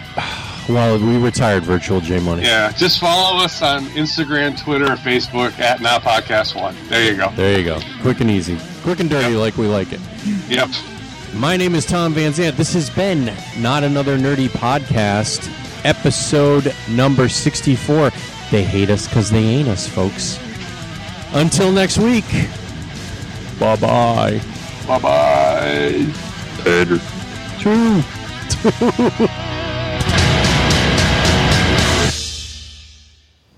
Well, we retired virtual J Money. Yeah, just follow us on Instagram, Twitter, Facebook at Not Podcast One. There you go. There you go. Quick and easy. Quick and dirty, like we like it. Yep. My name is Tom Van Zant. This has been Not Another Nerdy Podcast, episode number 64. They hate us because they ain't us, folks. Until next week, bye bye. Bye bye. Later. Two. Two.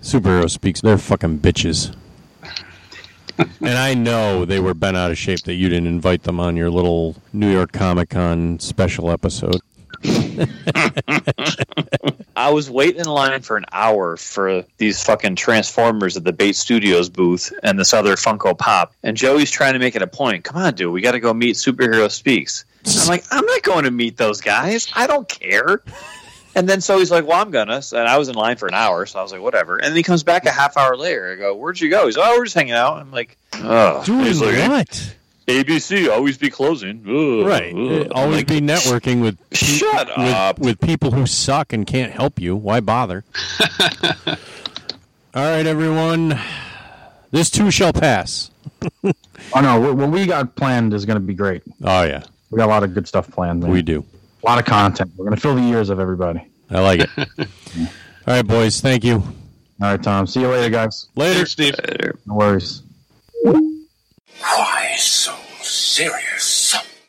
Superhero speaks. They're fucking bitches. and I know they were bent out of shape that you didn't invite them on your little New York Comic Con special episode. I was waiting in line for an hour for these fucking Transformers at the Bait Studios booth and this other Funko Pop. And Joey's trying to make it a point. Come on, dude, we got to go meet Superhero Speaks. And I'm like, I'm not going to meet those guys. I don't care. And then so he's like, "Well, I'm gonna." And I was in line for an hour, so I was like, "Whatever." And then he comes back a half hour later. I go, "Where'd you go?" He's, "Oh, we're just hanging out." I'm like, "Oh, Doing He's like, what? ABC always be closing, Ugh, Right. ugh." Always be networking with Shut with, up. with people who suck and can't help you. Why bother? All right, everyone. This too shall pass. Oh no, what- what we got planned is going to be great. Oh yeah, we got a lot of good stuff planned. Man. We do. a lot of content. We're going to fill the ears of everybody. I like it. All right, boys. Thank you. All right, Tom. See you later, guys. Later, Steve. No worries.